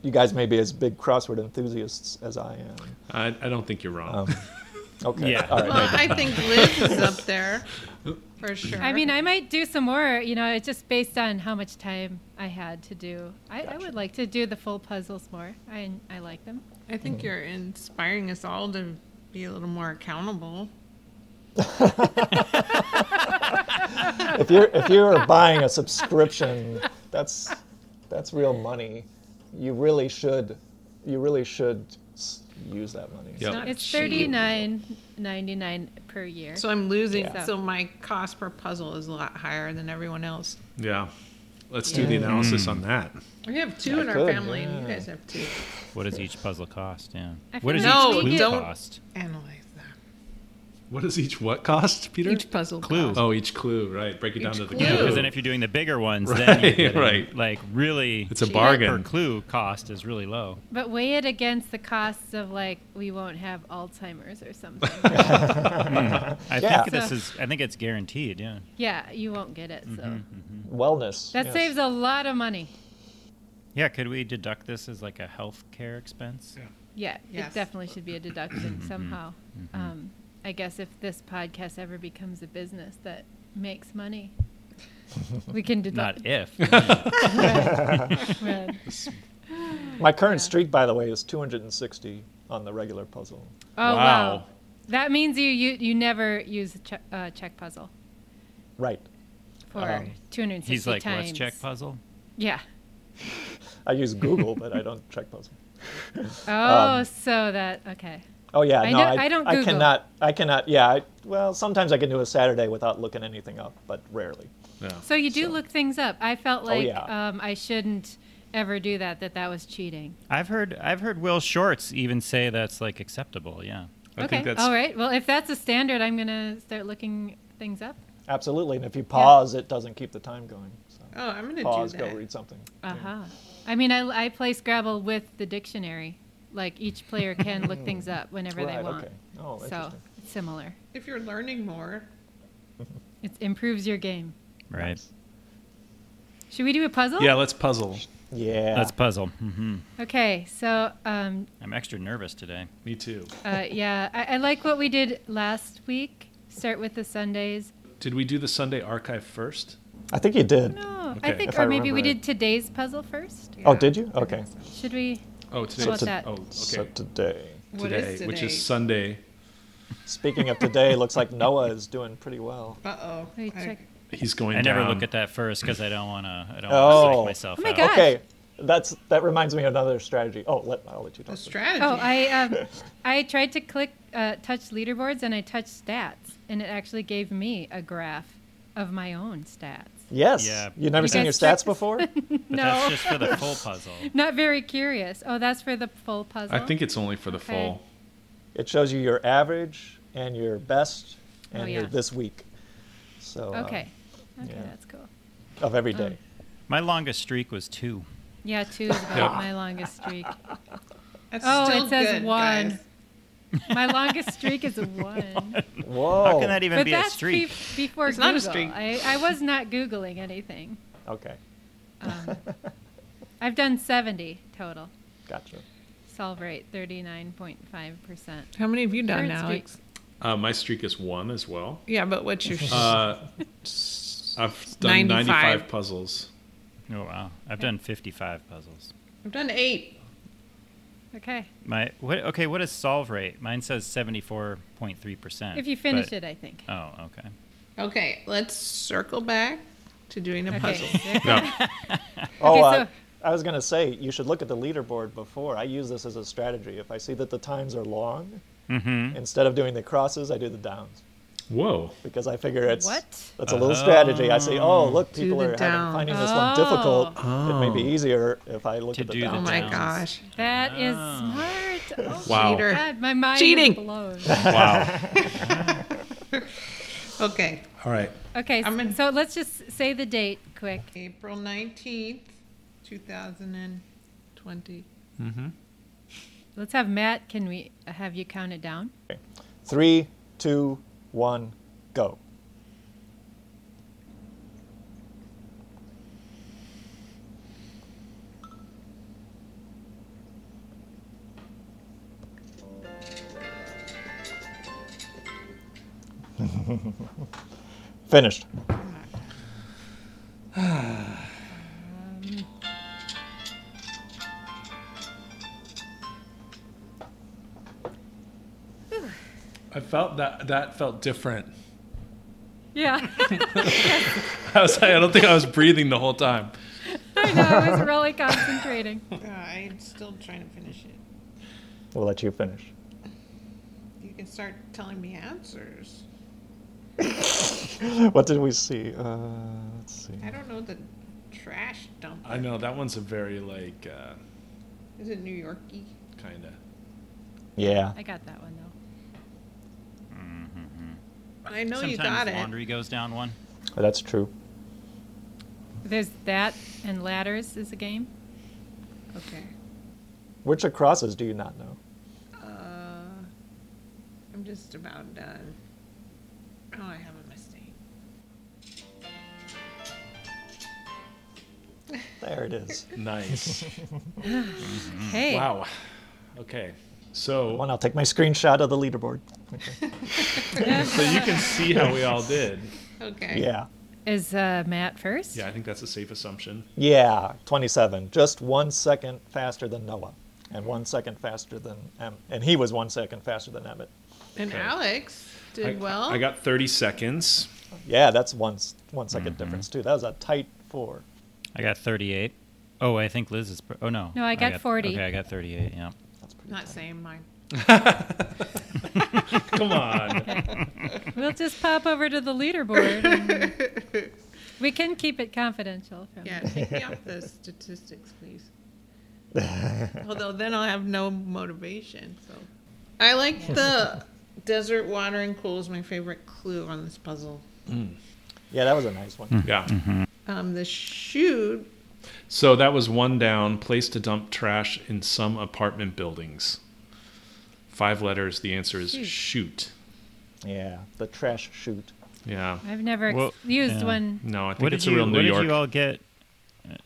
[SPEAKER 5] You guys may be as big crossword enthusiasts as I am.
[SPEAKER 4] I, I don't think you're wrong.
[SPEAKER 5] Um, Okay.
[SPEAKER 2] Yeah.
[SPEAKER 5] All right.
[SPEAKER 3] Well, I think Liz is up there for sure.
[SPEAKER 1] I mean, I might do some more. You know, it's just based on how much time I had to do. I, I would like to do the full puzzles more. I I like them.
[SPEAKER 3] I
[SPEAKER 5] Mm-hmm.
[SPEAKER 3] think you're inspiring us all to be a little more accountable.
[SPEAKER 5] if you're if you're buying a subscription, that's that's real money. You really should you really should s- use that money.
[SPEAKER 4] Yep.
[SPEAKER 3] not
[SPEAKER 1] It's
[SPEAKER 3] cheap.
[SPEAKER 1] thirty nine ninety nine per year.
[SPEAKER 3] So I'm losing.
[SPEAKER 1] Yeah.
[SPEAKER 3] So my cost per puzzle is a lot higher than everyone else.
[SPEAKER 4] yeah. Let's do the analysis on that.
[SPEAKER 3] We have two in our
[SPEAKER 5] could,
[SPEAKER 3] family, and you guys have two.
[SPEAKER 2] What does each puzzle cost? Yeah.
[SPEAKER 1] I
[SPEAKER 2] What
[SPEAKER 1] feel
[SPEAKER 2] does
[SPEAKER 1] like
[SPEAKER 2] each
[SPEAKER 1] we
[SPEAKER 2] clue
[SPEAKER 3] don't-
[SPEAKER 2] cost?
[SPEAKER 3] Analyze that.
[SPEAKER 4] What does each what cost, Peter?
[SPEAKER 3] Each puzzle.
[SPEAKER 2] Clue.
[SPEAKER 3] cost.
[SPEAKER 4] Oh, each clue, right. Break it down
[SPEAKER 3] Each
[SPEAKER 4] to the
[SPEAKER 3] clue.
[SPEAKER 2] Yeah,
[SPEAKER 3] Ew.
[SPEAKER 2] because then if you're doing the bigger ones, then you're
[SPEAKER 4] Right,
[SPEAKER 2] getting,
[SPEAKER 4] right.
[SPEAKER 2] like really
[SPEAKER 4] it's a
[SPEAKER 3] Cheap.
[SPEAKER 2] per
[SPEAKER 4] bargain.
[SPEAKER 2] clue cost is really low.
[SPEAKER 1] But weigh it against the costs of like we won't have Alzheimer's or something.
[SPEAKER 2] I
[SPEAKER 5] Yeah.
[SPEAKER 2] think this
[SPEAKER 1] So-
[SPEAKER 2] is I think it's guaranteed, yeah.
[SPEAKER 1] yeah, you won't get it. So
[SPEAKER 5] Wellness.
[SPEAKER 1] that
[SPEAKER 5] Mm-hmm. yes.
[SPEAKER 1] saves a lot of money.
[SPEAKER 2] Yeah, could we deduct this as like a health care expense?
[SPEAKER 1] Yeah,
[SPEAKER 3] Yes.
[SPEAKER 1] it definitely should be a deduction somehow. Um, I guess if this podcast ever becomes a business that makes money, we can deduct.
[SPEAKER 2] Not if.
[SPEAKER 1] Right.
[SPEAKER 5] My current streak, by the way, is 260 on the regular puzzle.
[SPEAKER 1] Oh wow.
[SPEAKER 4] Wow.
[SPEAKER 1] that means you you, you never use a check, uh, check puzzle
[SPEAKER 5] Right.
[SPEAKER 1] for
[SPEAKER 5] Um,
[SPEAKER 1] 260
[SPEAKER 2] He's like,
[SPEAKER 1] times.
[SPEAKER 2] let's check puzzle.
[SPEAKER 1] Yeah.
[SPEAKER 5] I use Google, but I don't check puzzle.
[SPEAKER 1] Oh, so that okay.
[SPEAKER 5] Oh yeah,
[SPEAKER 1] I
[SPEAKER 5] no,
[SPEAKER 1] know-
[SPEAKER 5] I,
[SPEAKER 1] I don't
[SPEAKER 5] I
[SPEAKER 1] Google.
[SPEAKER 5] cannot. I cannot. Yeah. I, well, sometimes I can do a Saturday without looking anything up, but rarely.
[SPEAKER 4] Yeah.
[SPEAKER 1] So you do look things up. I felt like
[SPEAKER 5] yeah.
[SPEAKER 1] um, I shouldn't ever do that. That that was cheating.
[SPEAKER 2] I've heard I've heard Will Shorts even say that's like acceptable, yeah.
[SPEAKER 4] I
[SPEAKER 1] okay.
[SPEAKER 4] think that's
[SPEAKER 1] All right. Well, if that's a standard, I'm gonna start looking things up.
[SPEAKER 5] Absolutely. And if you pause, it doesn't keep the time going. So
[SPEAKER 3] Oh, I'm gonna
[SPEAKER 5] pause,
[SPEAKER 3] do
[SPEAKER 5] go
[SPEAKER 3] that.
[SPEAKER 5] read something.
[SPEAKER 1] Uh huh. I mean, I, I play Scrabble with the dictionary. Like each player can look things up whenever they
[SPEAKER 5] Right,
[SPEAKER 1] want.
[SPEAKER 5] okay. Oh,
[SPEAKER 1] so
[SPEAKER 5] interesting.
[SPEAKER 1] it's similar.
[SPEAKER 3] If you're learning more,
[SPEAKER 1] It improves your game.
[SPEAKER 2] Right.
[SPEAKER 1] Should we do a puzzle?
[SPEAKER 4] Yeah, let's puzzle.
[SPEAKER 5] Yeah.
[SPEAKER 2] That's puzzle. hmm
[SPEAKER 1] Okay, so um,
[SPEAKER 2] I'm extra nervous today.
[SPEAKER 4] Me too.
[SPEAKER 1] uh, yeah, I, I like what we did last week. Start with the Sundays.
[SPEAKER 4] Did we do the Sunday archive first?
[SPEAKER 5] I think you did.
[SPEAKER 1] No, I
[SPEAKER 4] Okay.
[SPEAKER 1] think,
[SPEAKER 5] If
[SPEAKER 1] or
[SPEAKER 5] I
[SPEAKER 1] maybe we
[SPEAKER 5] remember
[SPEAKER 1] did today's puzzle first.
[SPEAKER 5] Oh, did you? Okay.
[SPEAKER 1] Should we?
[SPEAKER 4] Oh,
[SPEAKER 1] How
[SPEAKER 4] today.
[SPEAKER 1] about that?
[SPEAKER 4] Oh, okay.
[SPEAKER 5] So today.
[SPEAKER 3] What
[SPEAKER 4] today,
[SPEAKER 3] is
[SPEAKER 4] which
[SPEAKER 3] today?
[SPEAKER 4] is Sunday.
[SPEAKER 5] Speaking of today, looks like Noah is doing pretty well.
[SPEAKER 3] Uh-oh.
[SPEAKER 1] Let me
[SPEAKER 3] I-
[SPEAKER 1] check.
[SPEAKER 4] He's going.
[SPEAKER 2] I never
[SPEAKER 4] down.
[SPEAKER 2] look at that first because I don't want to. I don't want to
[SPEAKER 5] Oh.
[SPEAKER 2] psych myself
[SPEAKER 1] Oh my
[SPEAKER 2] out.
[SPEAKER 1] God.
[SPEAKER 5] Okay, that's that reminds me of another strategy. Oh, let I'll let you
[SPEAKER 3] The
[SPEAKER 5] talk. first.
[SPEAKER 3] strategy.
[SPEAKER 1] Oh, I um, I tried to click uh, touch leaderboards and I touched stats, and it actually gave me a graph of my own stats.
[SPEAKER 5] Yes.
[SPEAKER 2] Yeah.
[SPEAKER 5] You've never
[SPEAKER 1] You
[SPEAKER 5] seen your
[SPEAKER 1] guys
[SPEAKER 5] stats
[SPEAKER 1] checked-
[SPEAKER 5] before?
[SPEAKER 2] But
[SPEAKER 1] no,
[SPEAKER 2] that's just for the full puzzle.
[SPEAKER 1] not very curious. Oh, that's for the full puzzle.
[SPEAKER 4] I think it's only for the
[SPEAKER 1] Okay.
[SPEAKER 4] fall.
[SPEAKER 5] it shows you your average and your best and
[SPEAKER 1] Oh,
[SPEAKER 5] your
[SPEAKER 1] yeah.
[SPEAKER 5] this week. So uh,
[SPEAKER 1] Okay. Okay,
[SPEAKER 5] yeah.
[SPEAKER 1] that's cool.
[SPEAKER 5] of every day.
[SPEAKER 2] My longest streak was two.
[SPEAKER 1] Yeah, two is about
[SPEAKER 4] Yeah.
[SPEAKER 1] my longest streak.
[SPEAKER 3] That's
[SPEAKER 1] Oh,
[SPEAKER 3] still
[SPEAKER 1] it says
[SPEAKER 3] good,
[SPEAKER 1] one.
[SPEAKER 3] guys.
[SPEAKER 1] My longest streak is a one.
[SPEAKER 5] Whoa.
[SPEAKER 2] How can that even
[SPEAKER 1] But
[SPEAKER 2] be a
[SPEAKER 1] that's be-
[SPEAKER 2] streak?
[SPEAKER 1] before
[SPEAKER 3] It's
[SPEAKER 1] Google.
[SPEAKER 3] not a streak.
[SPEAKER 1] I, I was not Googling anything.
[SPEAKER 5] Okay.
[SPEAKER 1] Um, I've done 70 total.
[SPEAKER 5] Gotcha.
[SPEAKER 1] Solve rate 39.5%.
[SPEAKER 3] How many have you done
[SPEAKER 1] Current
[SPEAKER 3] now?
[SPEAKER 1] streaks.
[SPEAKER 3] Alex?
[SPEAKER 4] Uh, my streak is one as well.
[SPEAKER 3] Yeah, but what's your?
[SPEAKER 4] Uh, s- I've done
[SPEAKER 3] 95.
[SPEAKER 4] 95 puzzles.
[SPEAKER 2] Oh wow, I've done 55 puzzles.
[SPEAKER 3] I've done eight.
[SPEAKER 1] Okay.
[SPEAKER 2] My what? Okay, what is solve rate? Mine says 74.3 percent.
[SPEAKER 1] If you finish it, I think.
[SPEAKER 2] Oh, okay.
[SPEAKER 3] Okay, let's circle back to doing a
[SPEAKER 1] Okay.
[SPEAKER 3] puzzle.
[SPEAKER 1] there-
[SPEAKER 4] Yeah.
[SPEAKER 5] Oh, uh,
[SPEAKER 1] so-
[SPEAKER 5] I was going to say, you should look at the leaderboard before. I use this as a strategy. If I see that the times are long, instead of doing the crosses, I do the downs
[SPEAKER 4] Whoa.
[SPEAKER 5] because I figure it's
[SPEAKER 1] What?
[SPEAKER 5] that's a little strategy. I say, oh, look,
[SPEAKER 3] Do
[SPEAKER 5] people
[SPEAKER 3] the
[SPEAKER 5] are having,
[SPEAKER 3] downs.
[SPEAKER 5] finding this one difficult. It may be
[SPEAKER 4] Oh.
[SPEAKER 5] easier if I look
[SPEAKER 2] To
[SPEAKER 5] at the
[SPEAKER 2] do the
[SPEAKER 5] downs.
[SPEAKER 3] Oh my
[SPEAKER 2] Downs.
[SPEAKER 3] gosh.
[SPEAKER 1] That is
[SPEAKER 2] Oh.
[SPEAKER 1] smart. Oh,
[SPEAKER 4] Wow.
[SPEAKER 1] my
[SPEAKER 3] Cheater.
[SPEAKER 1] God, my mind
[SPEAKER 3] Cheating.
[SPEAKER 1] is blown.
[SPEAKER 4] Wow.
[SPEAKER 3] Okay,
[SPEAKER 4] All right.
[SPEAKER 1] Okay,
[SPEAKER 3] I'm in-
[SPEAKER 1] so let's just say the date quick.
[SPEAKER 3] April nineteenth, two thousand and twenty.
[SPEAKER 1] Let's have Matt. Can we have you count it down?
[SPEAKER 5] Three, two, one, go. Finished.
[SPEAKER 4] I felt that that felt different.
[SPEAKER 1] Yeah,
[SPEAKER 4] I was I don't think I was breathing the whole time.
[SPEAKER 1] I know. I was really concentrating.
[SPEAKER 3] Uh, I'm still trying to finish it.
[SPEAKER 5] We'll let you finish.
[SPEAKER 3] You can start telling me answers.
[SPEAKER 5] What did we see? Uh, let's see.
[SPEAKER 3] I don't know the trash dump.
[SPEAKER 4] I know that one's a very like uh,
[SPEAKER 3] Is it New Yorkie?
[SPEAKER 4] kind of.
[SPEAKER 5] Yeah.
[SPEAKER 1] I got that one though.
[SPEAKER 3] I know
[SPEAKER 2] Sometimes
[SPEAKER 3] you got it.
[SPEAKER 2] laundry goes down one.
[SPEAKER 5] That's true.
[SPEAKER 1] There's that and ladders is a game.
[SPEAKER 3] Okay.
[SPEAKER 5] Which of crosses do you not know?
[SPEAKER 3] Uh, I'm just about done. Oh, I have a mistake.
[SPEAKER 5] There it is.
[SPEAKER 4] Nice.
[SPEAKER 1] Hey,
[SPEAKER 4] wow. Okay. So
[SPEAKER 5] One, I'll take my screenshot of the leaderboard.
[SPEAKER 4] so you can see how we all did.
[SPEAKER 3] Okay.
[SPEAKER 5] Yeah.
[SPEAKER 1] is uh, Matt first?
[SPEAKER 4] Yeah, I think that's a safe assumption.
[SPEAKER 5] Yeah, 27. Just one second faster than Noah, and one second faster than Em. And he was one second faster than Emmett.
[SPEAKER 3] And
[SPEAKER 4] Okay.
[SPEAKER 3] Alex did
[SPEAKER 4] I,
[SPEAKER 3] well.
[SPEAKER 4] I got 30 seconds.
[SPEAKER 5] Yeah, that's one, s- one second
[SPEAKER 2] Mm-hmm.
[SPEAKER 5] difference, too. That was a tight four.
[SPEAKER 2] I got 38. Oh, I think Liz is. Pr- oh no.
[SPEAKER 1] No, I got 40.
[SPEAKER 2] Okay, I got 38. Yeah.
[SPEAKER 5] That's pretty
[SPEAKER 3] Not
[SPEAKER 5] tight.
[SPEAKER 3] saying mine.
[SPEAKER 4] Come on.
[SPEAKER 1] We'll just pop over to the leaderboard.
[SPEAKER 3] Mm.
[SPEAKER 1] and- we can keep it confidential. From
[SPEAKER 3] Yeah, take me off the statistics, please. Although then I'll have no motivation. So I like the desert watering cool is my favorite clue on this puzzle.
[SPEAKER 5] Yeah, that was a nice one.
[SPEAKER 4] Yeah.
[SPEAKER 3] Um, the shoot
[SPEAKER 4] So that was one down. Place to dump trash in some apartment buildings. Five letters. The answer is
[SPEAKER 1] Shoot.
[SPEAKER 4] shoot.
[SPEAKER 2] Hmm.
[SPEAKER 5] Yeah, the trash chute.
[SPEAKER 4] Yeah.
[SPEAKER 3] Uh,
[SPEAKER 1] I've never ex-
[SPEAKER 2] Well,
[SPEAKER 1] used
[SPEAKER 2] yeah.
[SPEAKER 1] one.
[SPEAKER 4] No, I think
[SPEAKER 2] What
[SPEAKER 4] it's
[SPEAKER 2] did
[SPEAKER 4] a
[SPEAKER 2] you?
[SPEAKER 4] real New
[SPEAKER 2] what
[SPEAKER 4] York.
[SPEAKER 2] did you all get?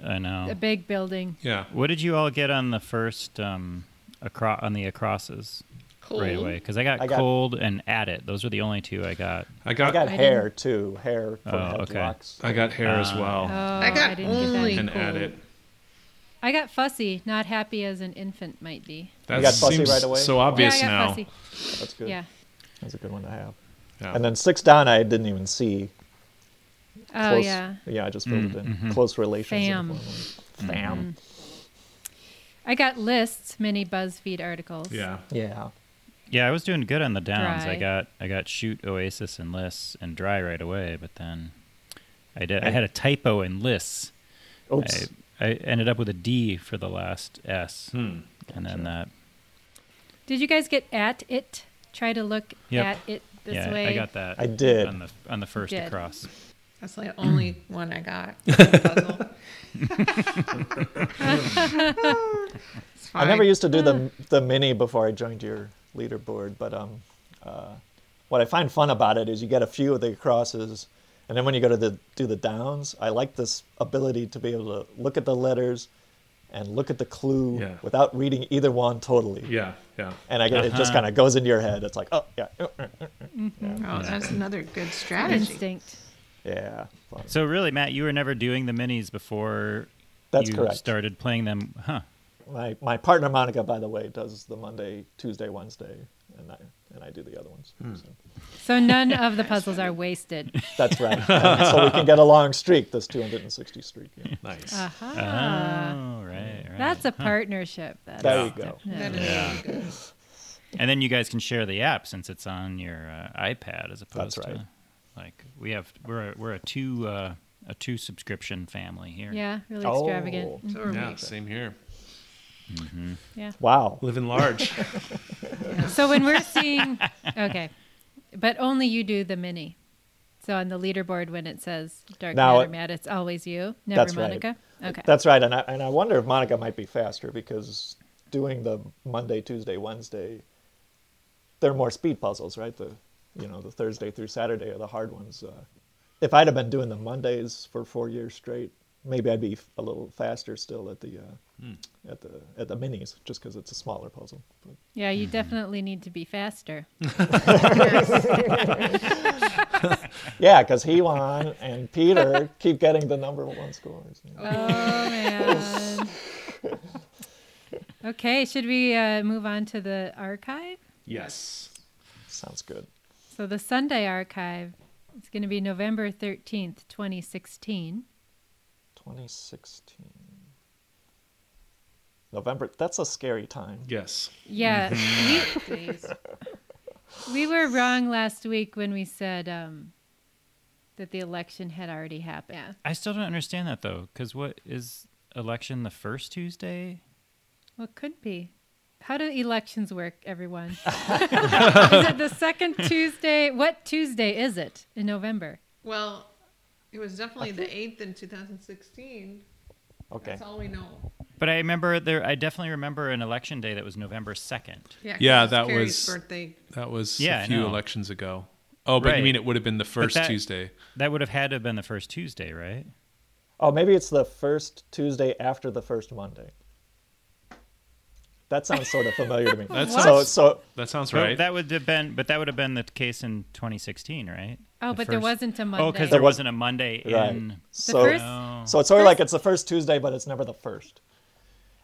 [SPEAKER 2] I know.
[SPEAKER 1] a big building.
[SPEAKER 4] Yeah.
[SPEAKER 2] What did you all get on the first um, acro- on the acrosses
[SPEAKER 3] Cold.
[SPEAKER 2] right away? Because I got
[SPEAKER 5] I got-
[SPEAKER 2] cold and at it. Those were the only two I got.
[SPEAKER 4] I got
[SPEAKER 5] I
[SPEAKER 4] I
[SPEAKER 5] got
[SPEAKER 4] got,
[SPEAKER 1] I
[SPEAKER 5] hair too. Hair from
[SPEAKER 2] Oh, okay.
[SPEAKER 5] Headlocks.
[SPEAKER 4] hair
[SPEAKER 2] Uh,
[SPEAKER 4] as well.
[SPEAKER 1] Oh,
[SPEAKER 3] I got
[SPEAKER 1] didn't
[SPEAKER 3] only-
[SPEAKER 1] get that.
[SPEAKER 4] and at
[SPEAKER 3] cool.
[SPEAKER 4] it.
[SPEAKER 1] I got fussy, not happy as an infant might be.
[SPEAKER 4] That
[SPEAKER 5] got fussy
[SPEAKER 4] seems
[SPEAKER 5] right away?
[SPEAKER 4] so obvious
[SPEAKER 1] yeah, I got
[SPEAKER 4] now.
[SPEAKER 1] fussy.
[SPEAKER 5] That's good.
[SPEAKER 1] Yeah.
[SPEAKER 5] That's a good one to have.
[SPEAKER 4] Yeah.
[SPEAKER 5] And then six down, I didn't even see.
[SPEAKER 1] Oh
[SPEAKER 5] Close-
[SPEAKER 1] yeah.
[SPEAKER 5] Yeah, I just
[SPEAKER 4] Mm-hmm.
[SPEAKER 5] filled it in. Close relations.
[SPEAKER 1] Fam. Mm-hmm.
[SPEAKER 5] informally. Fam.
[SPEAKER 1] I got lists, many BuzzFeed articles.
[SPEAKER 4] Yeah.
[SPEAKER 5] Yeah.
[SPEAKER 2] Yeah, I was doing good on the downs.
[SPEAKER 1] Dry.
[SPEAKER 2] I got I got shoot Oasis and lists and dry right away, but then I did I had a typo in lists.
[SPEAKER 5] Oops.
[SPEAKER 2] I, I ended up with a D for the last S, and then that.
[SPEAKER 1] Did you guys get at it? Try to look
[SPEAKER 2] Yep.
[SPEAKER 1] at it this
[SPEAKER 2] yeah,
[SPEAKER 1] way.
[SPEAKER 2] I got that.
[SPEAKER 5] I did.
[SPEAKER 2] on the on the first
[SPEAKER 1] Did.
[SPEAKER 2] across.
[SPEAKER 3] That's the only one I got. Puzzle. It's
[SPEAKER 5] I never
[SPEAKER 3] fine.
[SPEAKER 5] used to do
[SPEAKER 1] Uh.
[SPEAKER 5] the the mini before I joined your leaderboard, but um, uh, what I find fun about it is you get a few of the crosses, and then when you go to the do the downs, I like this ability to be able to look at the letters and look at the clue
[SPEAKER 4] Yeah.
[SPEAKER 5] without reading either one totally.
[SPEAKER 4] Yeah. Uh-huh. Yeah.
[SPEAKER 5] And I get, it just kind of goes into your head. It's like, oh yeah, uh, uh, uh,
[SPEAKER 3] Oh, that's another good strategy.
[SPEAKER 1] instinct.
[SPEAKER 5] yeah. fun.
[SPEAKER 2] So really, Matt, you were never doing the minis before
[SPEAKER 5] That's
[SPEAKER 2] you
[SPEAKER 5] correct.
[SPEAKER 2] started playing them, huh?
[SPEAKER 5] My my partner Monica, by the way, does the Monday, Tuesday, Wednesday, and I and I do the other ones. So
[SPEAKER 1] So none of the puzzles are wasted.
[SPEAKER 5] that's right. And so we can get a long streak. This 260 streak. Yeah.
[SPEAKER 4] Nice.
[SPEAKER 1] Aha.
[SPEAKER 2] oh, right, right.
[SPEAKER 1] That's a partnership. That's
[SPEAKER 5] There you go.
[SPEAKER 3] That is really good.
[SPEAKER 2] and then you guys can share the app since it's on your uh, iPad as opposed
[SPEAKER 5] right.
[SPEAKER 2] to like we have we're a, we're a two uh, a two subscription family here.
[SPEAKER 1] Yeah, really
[SPEAKER 5] Oh.
[SPEAKER 1] extravagant. Mm,
[SPEAKER 3] So are
[SPEAKER 4] Yeah.
[SPEAKER 3] we.
[SPEAKER 4] Same here.
[SPEAKER 1] Yeah.
[SPEAKER 5] Wow.
[SPEAKER 4] Living large.
[SPEAKER 1] So when we're seeing, okay, but only you do the mini. So on the leaderboard, when it says dark
[SPEAKER 5] Now-
[SPEAKER 1] matter, Matt, it's always you, never
[SPEAKER 5] That's right.
[SPEAKER 1] Monica. Okay.
[SPEAKER 5] That's right. And I, and I wonder if Monica might be faster because doing the Monday, Tuesday, Wednesday, they're more speed puzzles, right? The you know the Thursday through Saturday are the hard ones. Uh, if I'd have been doing the Mondays for four years straight, maybe I'd be f- a little faster still at the uh, at the at the minis, just because it's a smaller puzzle. But
[SPEAKER 1] yeah, you
[SPEAKER 2] Mm-hmm.
[SPEAKER 1] definitely need to be faster.
[SPEAKER 5] yeah, because he won and Peter keep getting the number one scores.
[SPEAKER 1] Oh man. Okay, should we uh, move on to the archive?
[SPEAKER 4] yes.
[SPEAKER 5] Sounds good.
[SPEAKER 1] So the Sunday archive is going to be November 13th, 2016.
[SPEAKER 5] 2016. November. That's a scary time.
[SPEAKER 4] Yes.
[SPEAKER 1] Yeah,
[SPEAKER 3] Days.
[SPEAKER 1] we were wrong last week when we said um, that the election had already happened. Yeah.
[SPEAKER 2] I still don't understand that though, because what is election the first Tuesday?
[SPEAKER 1] Well, it could be. How do elections work, everyone? is it the second Tuesday? What Tuesday is it in November?
[SPEAKER 3] Well, it was definitely the 8th in 2016.
[SPEAKER 5] Okay.
[SPEAKER 3] That's all we know.
[SPEAKER 2] But I remember there. I definitely remember an election day that was November second.
[SPEAKER 3] Yeah, 'cause
[SPEAKER 4] Yeah,
[SPEAKER 3] it was
[SPEAKER 4] that
[SPEAKER 3] Carrie's
[SPEAKER 4] was-
[SPEAKER 3] birthday.
[SPEAKER 4] That was
[SPEAKER 2] Yeah, I
[SPEAKER 4] a few
[SPEAKER 2] know.
[SPEAKER 4] elections ago. Oh, but
[SPEAKER 2] Right.
[SPEAKER 4] you mean it would have been the first
[SPEAKER 2] that-
[SPEAKER 4] Tuesday?
[SPEAKER 2] That would have had to have been the first Tuesday, right?
[SPEAKER 5] Oh, maybe it's the first Tuesday after the first Monday. That sounds sort of familiar to me.
[SPEAKER 4] That
[SPEAKER 5] So,
[SPEAKER 4] sounds-
[SPEAKER 5] so
[SPEAKER 4] That sounds
[SPEAKER 2] But
[SPEAKER 4] right.
[SPEAKER 2] That would have been, but that would have been the case in 2016, right?
[SPEAKER 1] Oh,
[SPEAKER 2] The
[SPEAKER 1] but there
[SPEAKER 2] first-
[SPEAKER 1] wasn't a Monday.
[SPEAKER 2] Oh, because there
[SPEAKER 5] wa-
[SPEAKER 2] wasn't a Monday
[SPEAKER 5] right.
[SPEAKER 2] in.
[SPEAKER 1] the
[SPEAKER 5] So,
[SPEAKER 1] first,
[SPEAKER 2] Oh,
[SPEAKER 5] so it's sort of like it's the first Tuesday, but it's never the first.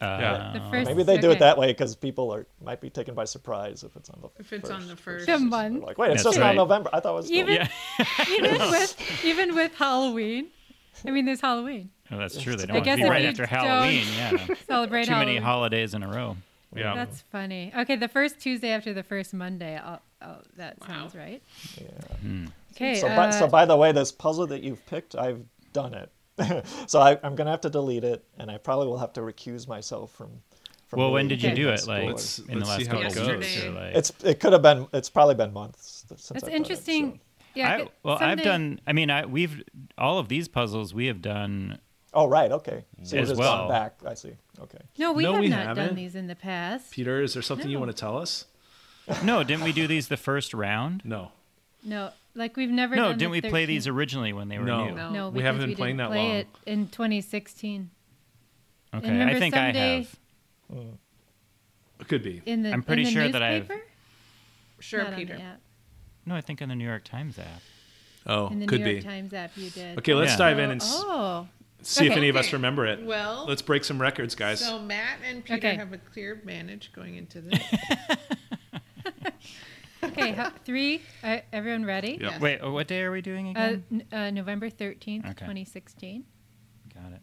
[SPEAKER 2] uh,
[SPEAKER 1] the first.
[SPEAKER 5] Maybe they do it
[SPEAKER 1] okay.
[SPEAKER 5] that way because people are might be taken by surprise if it's on the
[SPEAKER 3] If it's on the first.
[SPEAKER 1] The
[SPEAKER 5] They're
[SPEAKER 1] month.
[SPEAKER 5] like, wait, it's
[SPEAKER 2] That's
[SPEAKER 5] just
[SPEAKER 2] right.
[SPEAKER 5] not November. I thought it was.
[SPEAKER 1] Even
[SPEAKER 2] Yeah.
[SPEAKER 1] even with even with Halloween. I mean, there's Halloween.
[SPEAKER 2] Oh, that's true. They don't
[SPEAKER 1] I
[SPEAKER 2] want
[SPEAKER 1] guess
[SPEAKER 2] to be
[SPEAKER 1] if
[SPEAKER 2] right
[SPEAKER 1] you
[SPEAKER 2] after
[SPEAKER 1] don't-
[SPEAKER 2] Halloween. Yeah.
[SPEAKER 1] Celebrate
[SPEAKER 2] Too
[SPEAKER 1] Halloween.
[SPEAKER 2] many um, holidays in a row.
[SPEAKER 4] yeah.
[SPEAKER 1] That's funny. Okay, the first Tuesday after the first Monday. Oh, oh that sounds right.
[SPEAKER 5] Yeah.
[SPEAKER 2] Hmm.
[SPEAKER 1] Okay.
[SPEAKER 5] So, by, so
[SPEAKER 1] uh,
[SPEAKER 5] by the way, this puzzle that you've picked, I've done it. so I, I'm gonna have to delete it, and I probably will have to recuse myself from. from
[SPEAKER 2] Well, when
[SPEAKER 5] really
[SPEAKER 2] did you
[SPEAKER 1] Okay.
[SPEAKER 2] do
[SPEAKER 5] doing
[SPEAKER 2] it?
[SPEAKER 5] this
[SPEAKER 2] Like
[SPEAKER 5] board.
[SPEAKER 4] Let's-
[SPEAKER 2] in the
[SPEAKER 4] let's see
[SPEAKER 2] last
[SPEAKER 4] how
[SPEAKER 2] couple
[SPEAKER 3] it
[SPEAKER 2] goes.
[SPEAKER 3] goes.
[SPEAKER 2] Or like,
[SPEAKER 5] it's it could have been it's probably been months th-
[SPEAKER 1] that's
[SPEAKER 5] since. I've done it, so-
[SPEAKER 1] interesting. Yeah.
[SPEAKER 2] I,
[SPEAKER 1] good-
[SPEAKER 2] well, I've
[SPEAKER 1] someday-
[SPEAKER 2] done. I mean, I we've all of these puzzles we have done.
[SPEAKER 5] Oh right, okay. So you've
[SPEAKER 2] As
[SPEAKER 5] just
[SPEAKER 2] well.
[SPEAKER 5] gone back. I see. Okay.
[SPEAKER 1] No, we
[SPEAKER 4] No,
[SPEAKER 1] have
[SPEAKER 4] we
[SPEAKER 1] not done
[SPEAKER 4] haven't.
[SPEAKER 1] these in the past.
[SPEAKER 4] Peter, is there something you
[SPEAKER 1] No.
[SPEAKER 4] want to tell us?
[SPEAKER 2] No, didn't we do these the first round?
[SPEAKER 4] No.
[SPEAKER 1] No, like we've never.
[SPEAKER 2] No,
[SPEAKER 1] done the
[SPEAKER 2] didn't we play
[SPEAKER 1] 13
[SPEAKER 2] these originally when they were
[SPEAKER 4] No.
[SPEAKER 2] new?
[SPEAKER 3] No.
[SPEAKER 1] No,
[SPEAKER 4] We
[SPEAKER 1] because
[SPEAKER 4] haven't been
[SPEAKER 1] we
[SPEAKER 4] playing
[SPEAKER 1] didn't
[SPEAKER 4] that
[SPEAKER 1] play
[SPEAKER 4] long.
[SPEAKER 1] it in 2016.
[SPEAKER 2] Okay,
[SPEAKER 1] remember
[SPEAKER 2] I think I
[SPEAKER 1] someday-
[SPEAKER 2] have.
[SPEAKER 4] It could be.
[SPEAKER 1] In the
[SPEAKER 2] I'm pretty
[SPEAKER 1] in the
[SPEAKER 2] sure that I've-
[SPEAKER 1] newspaper?
[SPEAKER 3] Sure,
[SPEAKER 1] Not on the
[SPEAKER 3] Peter.
[SPEAKER 1] app.
[SPEAKER 2] No, I think on the New York Times app.
[SPEAKER 4] Oh,
[SPEAKER 1] In the
[SPEAKER 4] could
[SPEAKER 1] New York
[SPEAKER 4] be.
[SPEAKER 1] Times app, you did.
[SPEAKER 4] Okay, let's
[SPEAKER 2] Yeah.
[SPEAKER 4] dive in and s-
[SPEAKER 1] Oh,
[SPEAKER 4] see if
[SPEAKER 1] Okay.
[SPEAKER 4] any of us
[SPEAKER 3] Okay.
[SPEAKER 4] remember it.
[SPEAKER 3] Well-
[SPEAKER 4] let's break some records, guys.
[SPEAKER 3] So Matt and Peter
[SPEAKER 1] Okay.
[SPEAKER 3] have a clear advantage going into this.
[SPEAKER 1] okay. ho- three. Uh, everyone ready?
[SPEAKER 4] Yep.
[SPEAKER 3] Yes.
[SPEAKER 2] Wait, oh, what day are we doing
[SPEAKER 1] Uh,
[SPEAKER 2] again?
[SPEAKER 1] n- uh, November 13th,
[SPEAKER 2] Okay.
[SPEAKER 1] 2016.
[SPEAKER 2] Got it.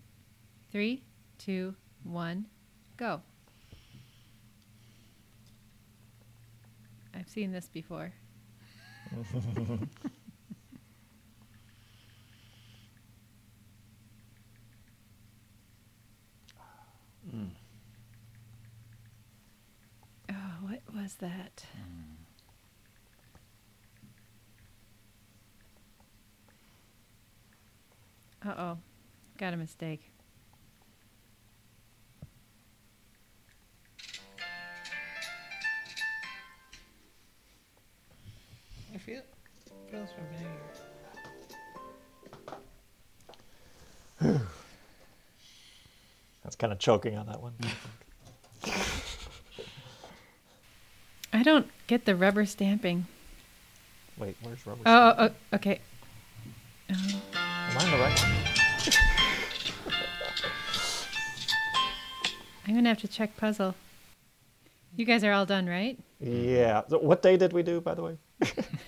[SPEAKER 1] Three, two, one, go. I've seen this before. Mm. oh, what was that? Uh oh, got a mistake.
[SPEAKER 3] I feel feels familiar.
[SPEAKER 5] That's kind of choking on that one.
[SPEAKER 1] I don't get the rubber stamping.
[SPEAKER 5] Wait, where's rubber?
[SPEAKER 1] Oh, oh, okay. Um,
[SPEAKER 5] Am I on the right one?
[SPEAKER 1] I'm gonna have to check puzzle. You guys are all done, right?
[SPEAKER 5] Yeah. So What day did we do, by the way?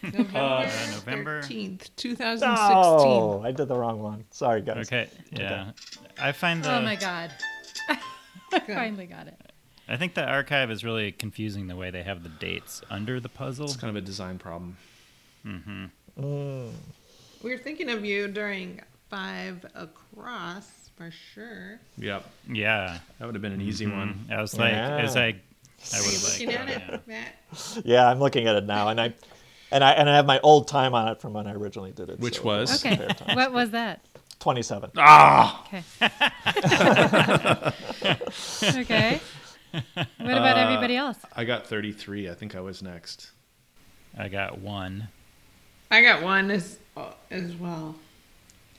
[SPEAKER 3] November,
[SPEAKER 2] November-
[SPEAKER 3] 13th, 2016.
[SPEAKER 5] Oh, I did the wrong one. Sorry, guys.
[SPEAKER 2] Okay, yeah. I find the
[SPEAKER 1] Oh my god! I finally got it.
[SPEAKER 2] I think the archive is really confusing the way they have the dates under the puzzle.
[SPEAKER 4] It's kind of a design problem.
[SPEAKER 3] We were thinking of you during Five Across for sure.
[SPEAKER 4] Yep,
[SPEAKER 2] Yeah,
[SPEAKER 4] that would have been an easy one.
[SPEAKER 2] I was like, as
[SPEAKER 5] Yeah.
[SPEAKER 2] I, I
[SPEAKER 3] Are you
[SPEAKER 2] was
[SPEAKER 3] looking
[SPEAKER 2] like,
[SPEAKER 3] at it, Matt?
[SPEAKER 5] Yeah, I'm looking at it now, and I, and I, and I have my old time on it from when I originally did it.
[SPEAKER 4] Which
[SPEAKER 5] so
[SPEAKER 4] was? Ah.
[SPEAKER 5] it's
[SPEAKER 1] Okay,
[SPEAKER 5] fair time.
[SPEAKER 1] what was that?
[SPEAKER 5] 27.
[SPEAKER 1] Okay. okay. What about
[SPEAKER 2] Uh,
[SPEAKER 1] everybody else?
[SPEAKER 4] I got 33. I think I was next.
[SPEAKER 2] I got one.
[SPEAKER 3] I got one as as well.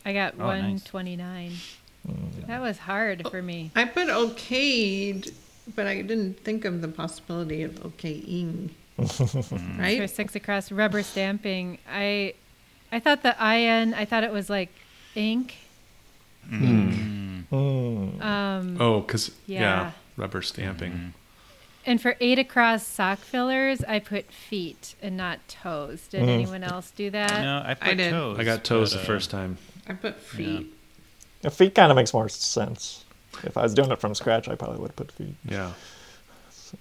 [SPEAKER 1] I got
[SPEAKER 2] Oh, nice. Mm,
[SPEAKER 1] 129. That was hard for me.
[SPEAKER 3] I put okayed, but I didn't think of the possibility of okaying.
[SPEAKER 1] for
[SPEAKER 3] right?
[SPEAKER 1] six across rubber stamping i i thought the in i thought it was like ink um
[SPEAKER 4] Oh, because yeah.
[SPEAKER 1] Yeah.
[SPEAKER 4] rubber stamping.
[SPEAKER 1] and for eight across sock fillers i put feet and not toes did
[SPEAKER 4] Mm.
[SPEAKER 1] anyone else do that
[SPEAKER 2] No, I put
[SPEAKER 3] did.
[SPEAKER 2] toes.
[SPEAKER 4] I got toes
[SPEAKER 2] but,
[SPEAKER 4] the
[SPEAKER 2] uh,
[SPEAKER 4] first time.
[SPEAKER 3] I put feet.
[SPEAKER 5] Yeah, feet kind of makes more sense. If I was doing it from scratch, I probably would have put feet.
[SPEAKER 4] Yeah.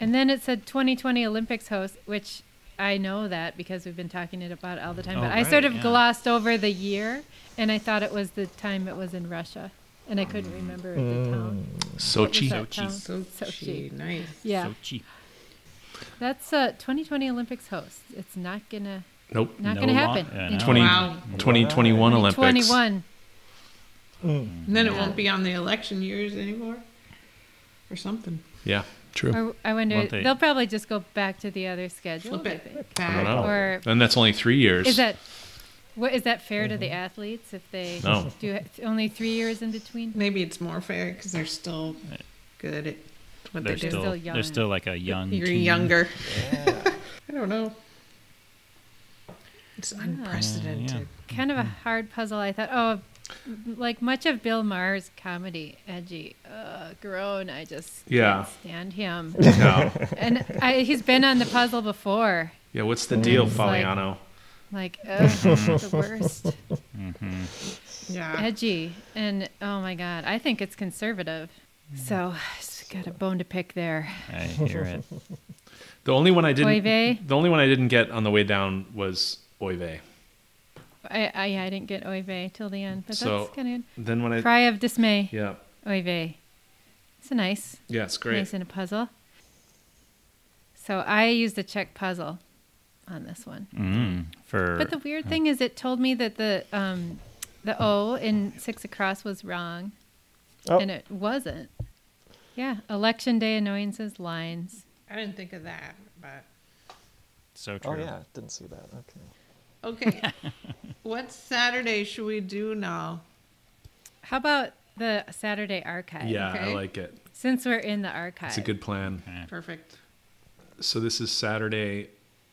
[SPEAKER 1] and then it said 2020 olympics host which i know that because we've been talking it about all the time
[SPEAKER 2] Oh,
[SPEAKER 1] but i sort
[SPEAKER 2] right,
[SPEAKER 1] of
[SPEAKER 2] yeah.
[SPEAKER 1] glossed over the year and i thought it was the time it was in russia and i
[SPEAKER 2] Mm.
[SPEAKER 1] couldn't remember the town
[SPEAKER 4] Mm. Sochi.
[SPEAKER 1] What was that town?
[SPEAKER 3] So, she,
[SPEAKER 1] Sochi.
[SPEAKER 3] nice.
[SPEAKER 1] yeah
[SPEAKER 2] So cheap.
[SPEAKER 1] That's uh, 2020 Olympics host. It's not gonna
[SPEAKER 4] Nope.
[SPEAKER 1] not
[SPEAKER 2] No
[SPEAKER 1] gonna
[SPEAKER 2] lo-
[SPEAKER 1] happen.
[SPEAKER 2] yeah,
[SPEAKER 1] in
[SPEAKER 2] no.
[SPEAKER 4] 20,
[SPEAKER 3] Wow.
[SPEAKER 4] 2021 Olympics.
[SPEAKER 1] 21.
[SPEAKER 3] And then it won't be on the election years anymore or something.
[SPEAKER 4] Yeah, Oh. true.
[SPEAKER 1] Or I wonder.
[SPEAKER 2] Won't they-
[SPEAKER 1] They? will probably just go back to the other schedule.
[SPEAKER 3] Flip
[SPEAKER 1] I
[SPEAKER 3] it
[SPEAKER 1] think.
[SPEAKER 4] I don't
[SPEAKER 3] back.
[SPEAKER 4] know.
[SPEAKER 1] Or
[SPEAKER 4] and that's only three years.
[SPEAKER 1] is that what is that fair to the athletes if they
[SPEAKER 4] Mm-hmm. No.
[SPEAKER 1] do ha- only three years in between?
[SPEAKER 3] Maybe it's more fair because they're still good at
[SPEAKER 2] They're
[SPEAKER 3] what they do.
[SPEAKER 2] still,
[SPEAKER 1] Still
[SPEAKER 2] they're
[SPEAKER 1] young.
[SPEAKER 2] still like a young.
[SPEAKER 3] You're
[SPEAKER 2] team.
[SPEAKER 3] younger. I don't know. It's unprecedented.
[SPEAKER 1] Kind of a hard puzzle. I thought. Oh, like much of Bill Maher's comedy, edgy, uh, grown. I just
[SPEAKER 4] Yeah.
[SPEAKER 1] can't stand him.
[SPEAKER 4] No.
[SPEAKER 1] and I, he's been on the puzzle before.
[SPEAKER 4] Yeah, what's the deal,
[SPEAKER 1] It's like-
[SPEAKER 4] Fabiano?
[SPEAKER 1] Like, ugh,
[SPEAKER 4] Mm-hmm.
[SPEAKER 1] the worst.
[SPEAKER 3] Yeah.
[SPEAKER 1] edgy and oh my god i think it's conservative
[SPEAKER 4] Mm-hmm.
[SPEAKER 1] so just got a bone to pick there
[SPEAKER 2] I hear it.
[SPEAKER 4] The only one I didn't.
[SPEAKER 1] Oive.
[SPEAKER 4] The only one I didn't get on the way down was Oive.
[SPEAKER 1] i i, I didn't get oy vey till the end but
[SPEAKER 4] So-
[SPEAKER 1] that's kind
[SPEAKER 4] Then when I.
[SPEAKER 1] of cry of dismay
[SPEAKER 4] Yeah.
[SPEAKER 1] oy vey it's a nice
[SPEAKER 4] Yeah, it's great.
[SPEAKER 1] nice in a puzzle so i used a check puzzle on this one
[SPEAKER 2] Mm, for
[SPEAKER 1] but the weird thing is it told me that the um the o in six across was wrong
[SPEAKER 5] Oh,
[SPEAKER 1] and it wasn't yeah election day annoyances lines
[SPEAKER 3] I didn't think of that, but
[SPEAKER 2] so true.
[SPEAKER 5] oh yeah, didn't see that. Okay.
[SPEAKER 3] Okay. what Saturday should we do now?
[SPEAKER 1] How about the Saturday archive?
[SPEAKER 4] Yeah, I
[SPEAKER 3] Okay.
[SPEAKER 4] like it.
[SPEAKER 1] Since we're in the archive.
[SPEAKER 4] It's a good plan.
[SPEAKER 3] Perfect.
[SPEAKER 4] So this is Saturday,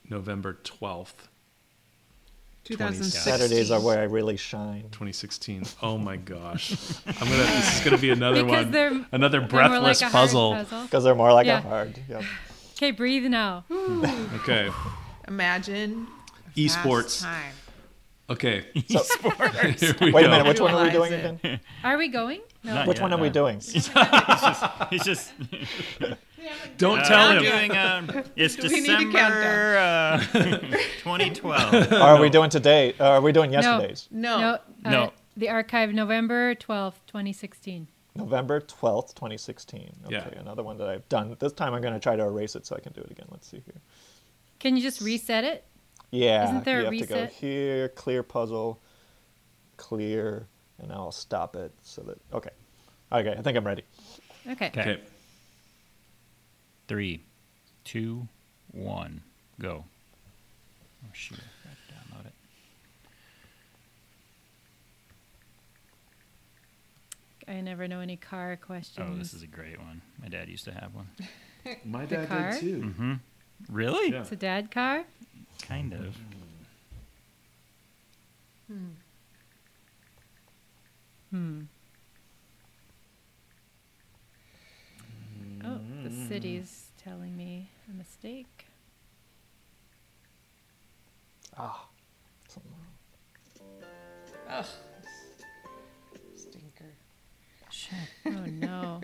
[SPEAKER 4] November 12th,
[SPEAKER 3] 2016.
[SPEAKER 5] Saturdays are where I really shine.
[SPEAKER 4] 2016. Oh my gosh. I'm going to this is going to be another
[SPEAKER 1] Because
[SPEAKER 4] one.
[SPEAKER 1] they're-
[SPEAKER 4] another
[SPEAKER 1] They're more
[SPEAKER 4] breathless
[SPEAKER 1] like a hard
[SPEAKER 4] puzzle.
[SPEAKER 5] Because they're more like
[SPEAKER 1] Yeah.
[SPEAKER 5] a hard. Yep.
[SPEAKER 1] Okay, breathe now.
[SPEAKER 4] Okay.
[SPEAKER 3] Imagine. last
[SPEAKER 4] Esports.
[SPEAKER 3] time.
[SPEAKER 4] Okay.
[SPEAKER 5] So,
[SPEAKER 4] Here we
[SPEAKER 5] wait
[SPEAKER 4] go.
[SPEAKER 5] a minute, which one are we
[SPEAKER 3] Visualize
[SPEAKER 5] doing
[SPEAKER 3] it.
[SPEAKER 5] again?
[SPEAKER 1] Are we going? No.
[SPEAKER 2] Not
[SPEAKER 5] Which
[SPEAKER 2] yet,
[SPEAKER 5] one are we
[SPEAKER 2] no.
[SPEAKER 5] doing?
[SPEAKER 2] It's just
[SPEAKER 4] Don't
[SPEAKER 1] Uh,
[SPEAKER 4] tell
[SPEAKER 2] I'm
[SPEAKER 4] him.
[SPEAKER 2] doing. Um, it's
[SPEAKER 3] we need a
[SPEAKER 2] December uh, 2012.
[SPEAKER 5] Or are we doing today? Or are we doing yesterday's?
[SPEAKER 3] No.
[SPEAKER 1] No. uh,
[SPEAKER 2] No.
[SPEAKER 1] The archive, November 12th, 2016.
[SPEAKER 5] November 12th, 2016. Okay,
[SPEAKER 4] Yeah.
[SPEAKER 5] another one that I've done. This time I'm going to try to erase it so I can do it again. Let's see here.
[SPEAKER 1] Can you just reset it?
[SPEAKER 5] Yeah,
[SPEAKER 1] Isn't there a
[SPEAKER 5] you have to go
[SPEAKER 1] reset?
[SPEAKER 5] here, clear puzzle, clear, and I'll stop it so that. Okay. Okay, I think I'm ready.
[SPEAKER 1] Okay.
[SPEAKER 2] Okay.
[SPEAKER 4] Okay.
[SPEAKER 2] Three, two, one, go. Oh shoot! I gotta download it.
[SPEAKER 1] I never know any car questions.
[SPEAKER 2] Oh, this is a great one. My dad used to have one.
[SPEAKER 4] My
[SPEAKER 1] The car?
[SPEAKER 4] dad did too.
[SPEAKER 2] Really?
[SPEAKER 4] Yeah.
[SPEAKER 1] It's a dad car?
[SPEAKER 2] Kind of.
[SPEAKER 1] Oh, the city's telling me a mistake.
[SPEAKER 5] Something-
[SPEAKER 3] Ugh. Stinker.
[SPEAKER 1] Oh, no.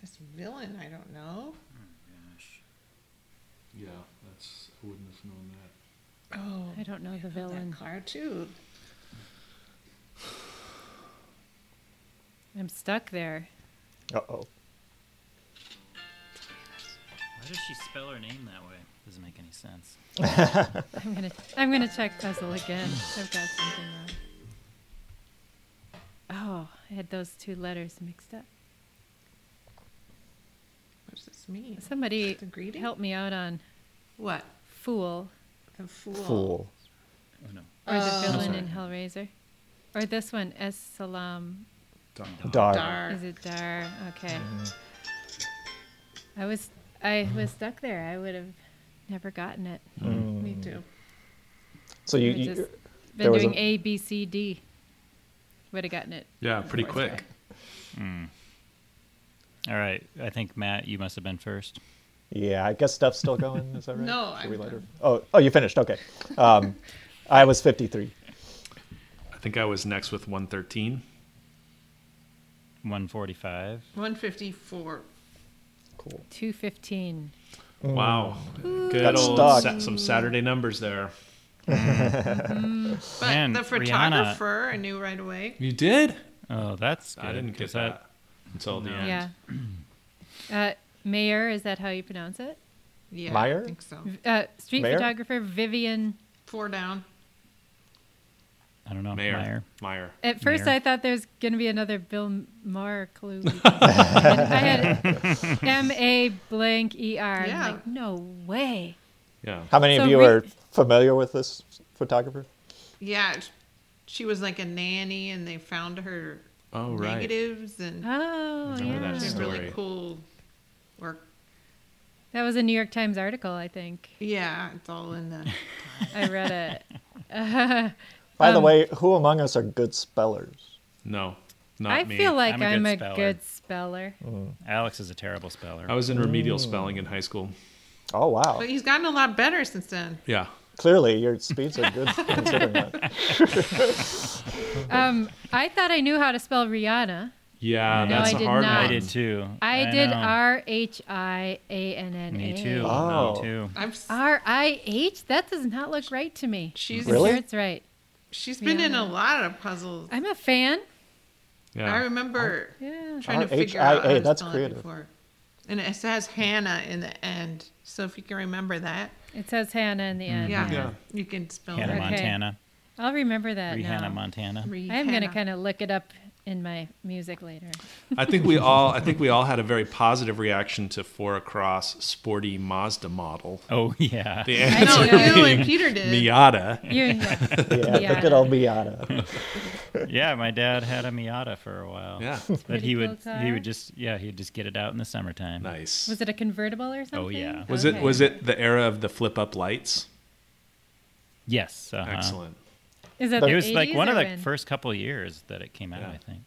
[SPEAKER 3] This villain, I don't know.
[SPEAKER 4] Yeah, that's I wouldn't have known that.
[SPEAKER 3] Oh,
[SPEAKER 1] I don't know the
[SPEAKER 3] that
[SPEAKER 1] villain.
[SPEAKER 3] car too.
[SPEAKER 1] I'm stuck there.
[SPEAKER 5] Uh-oh.
[SPEAKER 2] Why does she spell her name that way? Doesn't make any sense.
[SPEAKER 1] I'm gonna I'm gonna check puzzle again. I've got something wrong. Oh, I had those two letters mixed up.
[SPEAKER 3] What does this mean?
[SPEAKER 1] Somebody
[SPEAKER 3] The greedy?
[SPEAKER 1] help me out on
[SPEAKER 3] What?
[SPEAKER 1] fool
[SPEAKER 3] The fool.
[SPEAKER 5] Fool.
[SPEAKER 2] Oh no.
[SPEAKER 1] or the villain in Hellraiser, or this one Es Salam.
[SPEAKER 5] Dar.
[SPEAKER 3] Dar.
[SPEAKER 1] Is it Dar? Okay. I was I was stuck there. I would have never gotten it.
[SPEAKER 3] Me too.
[SPEAKER 5] So you,
[SPEAKER 1] I
[SPEAKER 5] you
[SPEAKER 1] just
[SPEAKER 5] there
[SPEAKER 1] been
[SPEAKER 5] was
[SPEAKER 1] doing
[SPEAKER 5] a-
[SPEAKER 1] A B C D. Would have gotten it.
[SPEAKER 4] Yeah, pretty
[SPEAKER 3] Of
[SPEAKER 4] quick.
[SPEAKER 3] course,
[SPEAKER 2] All right. I think Matt, you must have been first.
[SPEAKER 5] Yeah, I guess Steph's still going. Is that right?
[SPEAKER 3] No,
[SPEAKER 5] Should we
[SPEAKER 3] I'm
[SPEAKER 5] let her?
[SPEAKER 3] done.
[SPEAKER 5] Oh, oh, you finished. Okay. Um, I was 53.
[SPEAKER 4] I think I was next with 113.
[SPEAKER 2] 145.
[SPEAKER 3] 154.
[SPEAKER 5] Cool.
[SPEAKER 1] Two fifteen.
[SPEAKER 4] Wow. Good
[SPEAKER 5] Got
[SPEAKER 4] old
[SPEAKER 5] Mm. stuck.
[SPEAKER 4] sa- some Saturday numbers there.
[SPEAKER 3] But
[SPEAKER 2] Man,
[SPEAKER 3] the
[SPEAKER 2] Rihanna-
[SPEAKER 3] photographer, I knew right away.
[SPEAKER 4] You did?
[SPEAKER 2] Oh, that's good.
[SPEAKER 4] I didn't
[SPEAKER 2] 'cause
[SPEAKER 4] get that until the end.
[SPEAKER 1] Yeah. Uh, Mayer, is that how you pronounce it?
[SPEAKER 3] Yeah,
[SPEAKER 5] Meyer?
[SPEAKER 3] I think so.
[SPEAKER 1] Uh, street
[SPEAKER 5] Mayer?
[SPEAKER 1] photographer Vivian.
[SPEAKER 3] Four down.
[SPEAKER 2] I don't know.
[SPEAKER 4] Mayer.
[SPEAKER 2] Meyer.
[SPEAKER 4] Meyer.
[SPEAKER 1] At first,
[SPEAKER 2] Mayer.
[SPEAKER 1] I thought there's going to be another Bill Maher clue. because- and I had M A blank E R. I'm
[SPEAKER 3] Yeah.
[SPEAKER 1] like, no way.
[SPEAKER 4] Yeah.
[SPEAKER 5] How many
[SPEAKER 1] So
[SPEAKER 5] of you
[SPEAKER 1] we-
[SPEAKER 5] are familiar with this photographer?
[SPEAKER 3] Yeah, sh- she was like a nanny, and they found her
[SPEAKER 4] Oh, right.
[SPEAKER 3] negatives, and
[SPEAKER 1] Oh,
[SPEAKER 4] Remember
[SPEAKER 1] yeah.
[SPEAKER 4] that
[SPEAKER 3] she
[SPEAKER 4] story.
[SPEAKER 3] did really cool work.
[SPEAKER 1] That was a New York Times article, I think.
[SPEAKER 3] Yeah, it's all in the.
[SPEAKER 1] I read it.
[SPEAKER 5] By
[SPEAKER 1] Um,
[SPEAKER 5] the way, who among us are good spellers?
[SPEAKER 4] No, not
[SPEAKER 1] I
[SPEAKER 4] me.
[SPEAKER 1] feel like I'm,
[SPEAKER 2] I'm a good
[SPEAKER 1] a,
[SPEAKER 2] speller.
[SPEAKER 1] good speller.
[SPEAKER 2] Alex is a terrible speller.
[SPEAKER 4] I was in remedial spelling in high school.
[SPEAKER 5] Oh wow!
[SPEAKER 3] But he's gotten a lot better since then.
[SPEAKER 4] Yeah.
[SPEAKER 5] Clearly, your speeds are good considering that.
[SPEAKER 1] Um, I thought I knew how to spell Rihanna.
[SPEAKER 4] Yeah,
[SPEAKER 1] No,
[SPEAKER 4] that's
[SPEAKER 1] I
[SPEAKER 4] a
[SPEAKER 1] did
[SPEAKER 4] hard
[SPEAKER 1] not.
[SPEAKER 4] one.
[SPEAKER 2] I did too.
[SPEAKER 1] I, did
[SPEAKER 2] know.
[SPEAKER 1] R H I A N N A.
[SPEAKER 2] Me too.
[SPEAKER 5] Oh.
[SPEAKER 2] Me too.
[SPEAKER 3] I've s-
[SPEAKER 1] R I H? That does not look right to me.
[SPEAKER 3] she's
[SPEAKER 5] Really?
[SPEAKER 1] Sure it's right.
[SPEAKER 3] she's been in a lot of puzzles.
[SPEAKER 1] I'm a fan.
[SPEAKER 4] Yeah.
[SPEAKER 3] I remember
[SPEAKER 1] Yeah.
[SPEAKER 3] trying to
[SPEAKER 5] RHIA,
[SPEAKER 3] figure out how to
[SPEAKER 5] that's
[SPEAKER 3] spell
[SPEAKER 5] creative.
[SPEAKER 3] it before. And it says Hannah in the end, so if you can remember that,
[SPEAKER 1] It says Hannah in the end.
[SPEAKER 3] yeah,
[SPEAKER 4] Yeah.
[SPEAKER 3] you can spell
[SPEAKER 2] Hannah
[SPEAKER 1] Oh, Okay.
[SPEAKER 3] it.
[SPEAKER 2] Montana.
[SPEAKER 1] I'll remember that. now.
[SPEAKER 2] Rihanna, Montana.
[SPEAKER 1] I'm gonna
[SPEAKER 3] Rihanna.
[SPEAKER 1] kind of look it up in my music later.
[SPEAKER 4] I think we all I think we all had a very positive reaction to four across sporty Mazda model.
[SPEAKER 2] Oh yeah.
[SPEAKER 4] The
[SPEAKER 3] I know
[SPEAKER 4] answer
[SPEAKER 3] you and
[SPEAKER 4] being
[SPEAKER 3] Peter did.
[SPEAKER 4] Miata.
[SPEAKER 1] You yeah.
[SPEAKER 5] Yeah, the good old Miata.
[SPEAKER 2] yeah, my dad had a Miata for a while.
[SPEAKER 4] Yeah.
[SPEAKER 2] But he
[SPEAKER 1] Pretty
[SPEAKER 2] would
[SPEAKER 1] cool
[SPEAKER 2] he
[SPEAKER 1] car.
[SPEAKER 2] would just yeah, he'd just get it out in the summertime.
[SPEAKER 4] Nice.
[SPEAKER 1] Was it a convertible or something?
[SPEAKER 2] Oh, yeah.
[SPEAKER 4] Was
[SPEAKER 1] Okay.
[SPEAKER 4] it was it the era of the flip up lights?
[SPEAKER 2] Yes. uh
[SPEAKER 4] Excellent.
[SPEAKER 1] Is that the
[SPEAKER 5] It
[SPEAKER 2] It was like
[SPEAKER 1] 80s
[SPEAKER 2] one
[SPEAKER 1] or
[SPEAKER 2] of the
[SPEAKER 1] when?
[SPEAKER 2] first couple years that it came out,
[SPEAKER 4] Yeah.
[SPEAKER 2] I think.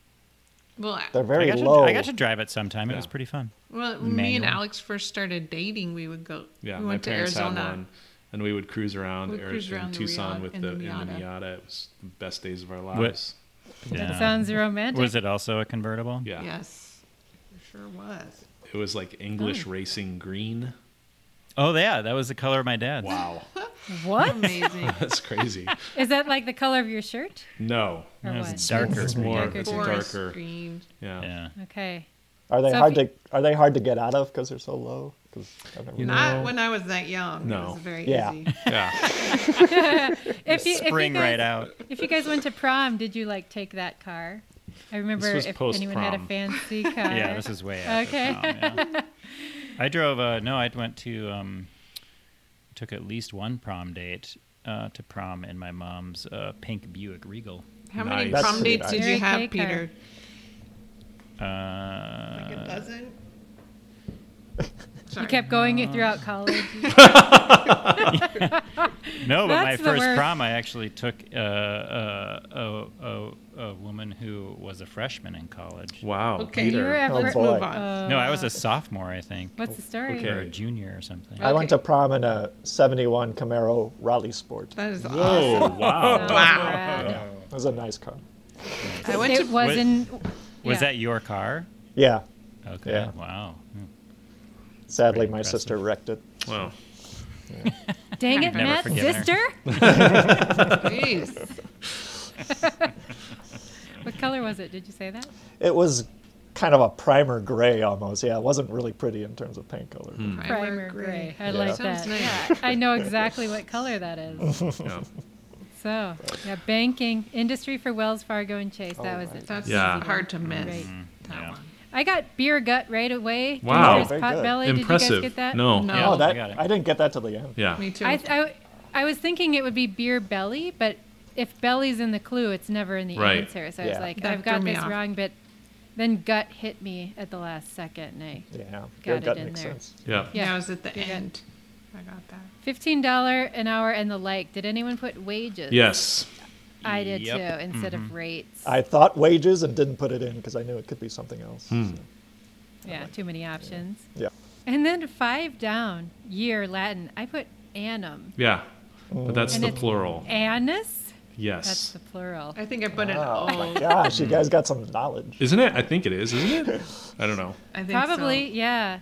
[SPEAKER 3] Well,
[SPEAKER 5] They're
[SPEAKER 3] I-
[SPEAKER 5] very
[SPEAKER 2] I got
[SPEAKER 5] low.
[SPEAKER 2] To, I got to drive it sometime. It was
[SPEAKER 4] Yeah.
[SPEAKER 2] pretty fun.
[SPEAKER 3] well, when me and
[SPEAKER 2] Manual.
[SPEAKER 3] Alex first started dating, we would go.
[SPEAKER 4] Yeah,
[SPEAKER 3] we
[SPEAKER 4] my
[SPEAKER 3] went to
[SPEAKER 4] parents had
[SPEAKER 3] Arizona.
[SPEAKER 4] one, and we would cruise around,
[SPEAKER 3] We'd
[SPEAKER 4] Ari-
[SPEAKER 3] cruise around
[SPEAKER 4] in
[SPEAKER 3] the
[SPEAKER 4] Tucson
[SPEAKER 3] Riad-
[SPEAKER 4] with
[SPEAKER 3] in
[SPEAKER 4] the,
[SPEAKER 3] the
[SPEAKER 4] in the
[SPEAKER 3] Miata.
[SPEAKER 4] Miata. It was the best days of our lives.
[SPEAKER 2] Yeah.
[SPEAKER 1] That sounds romantic.
[SPEAKER 2] Was it also a convertible?
[SPEAKER 4] Yeah,
[SPEAKER 3] Yes, it sure was.
[SPEAKER 4] it was like English racing green.
[SPEAKER 2] Oh yeah, that was the color of my dad's.
[SPEAKER 4] Wow,
[SPEAKER 1] What?
[SPEAKER 3] Amazing.
[SPEAKER 4] that's crazy.
[SPEAKER 1] Is that like the color of your shirt?
[SPEAKER 4] No,
[SPEAKER 1] Or
[SPEAKER 2] It was
[SPEAKER 1] what?
[SPEAKER 2] darker.
[SPEAKER 4] it's more
[SPEAKER 1] Darker
[SPEAKER 4] it's a
[SPEAKER 1] green.
[SPEAKER 3] Forest
[SPEAKER 4] darker.
[SPEAKER 3] green.
[SPEAKER 4] Yeah.
[SPEAKER 2] Yeah.
[SPEAKER 1] Okay.
[SPEAKER 5] Are they
[SPEAKER 1] So if
[SPEAKER 5] hard
[SPEAKER 1] you-
[SPEAKER 5] to are they hard to get out of because they're so low? 'Cause I've never-
[SPEAKER 3] Not when I was that young.
[SPEAKER 4] No.
[SPEAKER 3] It was very
[SPEAKER 5] Yeah.
[SPEAKER 3] easy.
[SPEAKER 4] yeah.
[SPEAKER 1] If you,
[SPEAKER 2] Spring
[SPEAKER 1] if you guys,
[SPEAKER 2] right out.
[SPEAKER 1] If you guys went to prom, did you like take that car? I remember
[SPEAKER 4] was
[SPEAKER 1] if anyone had a
[SPEAKER 4] post-prom.
[SPEAKER 1] fancy car.
[SPEAKER 2] Yeah, this is way after
[SPEAKER 1] Okay.
[SPEAKER 2] prom, yeah. I drove. Uh, no, I went to um, took at least one prom date uh, to prom in my mom's uh, pink Buick Regal.
[SPEAKER 3] How many
[SPEAKER 4] Nice. That's
[SPEAKER 3] prom
[SPEAKER 5] pretty
[SPEAKER 3] dates did
[SPEAKER 1] nice.
[SPEAKER 3] you
[SPEAKER 1] Mary
[SPEAKER 3] have,
[SPEAKER 1] Kay car.
[SPEAKER 3] Peter?
[SPEAKER 2] Uh,
[SPEAKER 3] Like a dozen?
[SPEAKER 1] you
[SPEAKER 3] Sorry.
[SPEAKER 1] Uh, kept going throughout college.
[SPEAKER 2] No, but my
[SPEAKER 1] That's the
[SPEAKER 2] first
[SPEAKER 1] worst.
[SPEAKER 2] prom, I actually took uh, uh, a, a, a woman who was a freshman in college.
[SPEAKER 4] Wow.
[SPEAKER 3] Okay,
[SPEAKER 1] You were
[SPEAKER 4] Peter.
[SPEAKER 1] ever,
[SPEAKER 3] Let's
[SPEAKER 5] Oh, boy.
[SPEAKER 3] move on.
[SPEAKER 2] No, I was a sophomore, I think,
[SPEAKER 1] What's the story?
[SPEAKER 4] Okay.
[SPEAKER 2] or a junior or something.
[SPEAKER 1] Oh,
[SPEAKER 5] I went to
[SPEAKER 3] Okay.
[SPEAKER 5] prom in a '71 Camaro Rally Sport.
[SPEAKER 3] that is awesome.
[SPEAKER 4] Oh wow.
[SPEAKER 1] Oh, wow.
[SPEAKER 5] Yeah, it was a nice car.
[SPEAKER 3] I went
[SPEAKER 1] It
[SPEAKER 3] to
[SPEAKER 1] was in.
[SPEAKER 2] Was
[SPEAKER 1] yeah.
[SPEAKER 2] that your car?
[SPEAKER 5] Yeah,
[SPEAKER 2] Okay.
[SPEAKER 5] Yeah.
[SPEAKER 2] Wow.
[SPEAKER 1] Oh,
[SPEAKER 2] Hmm.
[SPEAKER 5] sadly,
[SPEAKER 2] Pretty
[SPEAKER 5] my
[SPEAKER 2] impressive.
[SPEAKER 5] sister wrecked it.
[SPEAKER 4] Wow.
[SPEAKER 1] Dang it,
[SPEAKER 3] Never
[SPEAKER 1] Matt's
[SPEAKER 2] forgiven her.
[SPEAKER 1] sister?
[SPEAKER 3] Greece.
[SPEAKER 1] what color was it? Did you say that?
[SPEAKER 5] It was kind of a primer gray almost. Yeah, it wasn't really pretty in terms of paint color.
[SPEAKER 2] Hmm.
[SPEAKER 1] Primer gray. I
[SPEAKER 5] Yeah.
[SPEAKER 1] like
[SPEAKER 3] Sounds
[SPEAKER 1] that.
[SPEAKER 3] nice.
[SPEAKER 1] Yeah, I know exactly what color that is.
[SPEAKER 4] Yeah.
[SPEAKER 1] So, yeah, banking industry for Wells Fargo and Chase.
[SPEAKER 5] Oh
[SPEAKER 1] that was it.
[SPEAKER 3] That's
[SPEAKER 4] Yeah.
[SPEAKER 3] hard to miss.
[SPEAKER 1] Great.
[SPEAKER 3] That
[SPEAKER 2] Yeah.
[SPEAKER 3] one.
[SPEAKER 1] I got beer gut right away.
[SPEAKER 4] Wow.
[SPEAKER 1] Dangerous
[SPEAKER 5] Very
[SPEAKER 1] Pot
[SPEAKER 5] good.
[SPEAKER 1] Belly. Did you
[SPEAKER 4] Impressive.
[SPEAKER 1] guys get that?
[SPEAKER 4] No.
[SPEAKER 3] No.
[SPEAKER 2] Yeah.
[SPEAKER 5] Oh,
[SPEAKER 2] I
[SPEAKER 5] that
[SPEAKER 2] got it.
[SPEAKER 5] I didn't get that till the end.
[SPEAKER 4] Yeah.
[SPEAKER 3] Me too.
[SPEAKER 1] I, I, I was thinking it would be beer belly, but if belly's in the clue, it's never in the
[SPEAKER 4] Right.
[SPEAKER 1] answer. So
[SPEAKER 5] Yeah.
[SPEAKER 1] it's like,
[SPEAKER 3] That
[SPEAKER 1] I've
[SPEAKER 3] threw
[SPEAKER 1] got
[SPEAKER 3] me
[SPEAKER 1] this
[SPEAKER 3] off.
[SPEAKER 1] wrong, but then gut hit me at the last second. And I,
[SPEAKER 5] Yeah,
[SPEAKER 1] Got
[SPEAKER 5] your
[SPEAKER 1] it
[SPEAKER 5] gut
[SPEAKER 1] in
[SPEAKER 5] makes
[SPEAKER 1] there.
[SPEAKER 5] sense.
[SPEAKER 4] Yeah.
[SPEAKER 3] yeah.
[SPEAKER 1] yeah.
[SPEAKER 3] I was at the
[SPEAKER 1] You got-
[SPEAKER 3] end. I got that.
[SPEAKER 1] $15 an hour and the like. Did anyone put wages?
[SPEAKER 4] Yes.
[SPEAKER 1] I did
[SPEAKER 2] Yep.
[SPEAKER 1] too, instead
[SPEAKER 4] Mm-hmm.
[SPEAKER 1] of rates.
[SPEAKER 5] I thought wages and didn't put it in because I knew it could be something else.
[SPEAKER 2] Hmm.
[SPEAKER 4] Hmm.
[SPEAKER 5] so,
[SPEAKER 1] yeah, too many options.
[SPEAKER 5] yeah.
[SPEAKER 1] And then five down, year Latin. I put annum.
[SPEAKER 4] Yeah.
[SPEAKER 5] Oh.
[SPEAKER 4] But that's
[SPEAKER 1] And
[SPEAKER 4] the
[SPEAKER 1] it's-
[SPEAKER 4] plural.
[SPEAKER 1] Annus? That's
[SPEAKER 4] Yes.
[SPEAKER 1] the plural.
[SPEAKER 3] I think I put it
[SPEAKER 5] Oh
[SPEAKER 3] all.
[SPEAKER 5] my gosh, you guys got some knowledge.
[SPEAKER 4] Isn't it? I think it is, isn't it? I don't know.
[SPEAKER 3] I think
[SPEAKER 1] Probably,
[SPEAKER 3] so.
[SPEAKER 1] yeah.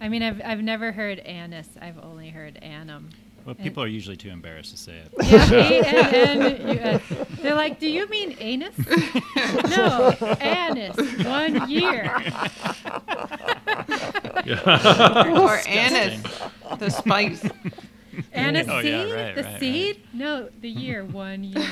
[SPEAKER 1] I mean, I've, I've never heard anus. I've only heard annum.
[SPEAKER 2] Well, people are usually too embarrassed to say it.
[SPEAKER 1] Yeah, A-N-N-U-S. They're like, do you mean anus? no, anus. One year.
[SPEAKER 3] Or anise, the spice.
[SPEAKER 1] Anise
[SPEAKER 2] Oh,
[SPEAKER 1] seed?
[SPEAKER 2] yeah, right,
[SPEAKER 1] the
[SPEAKER 2] right, right.
[SPEAKER 1] seed? No, the year. One year.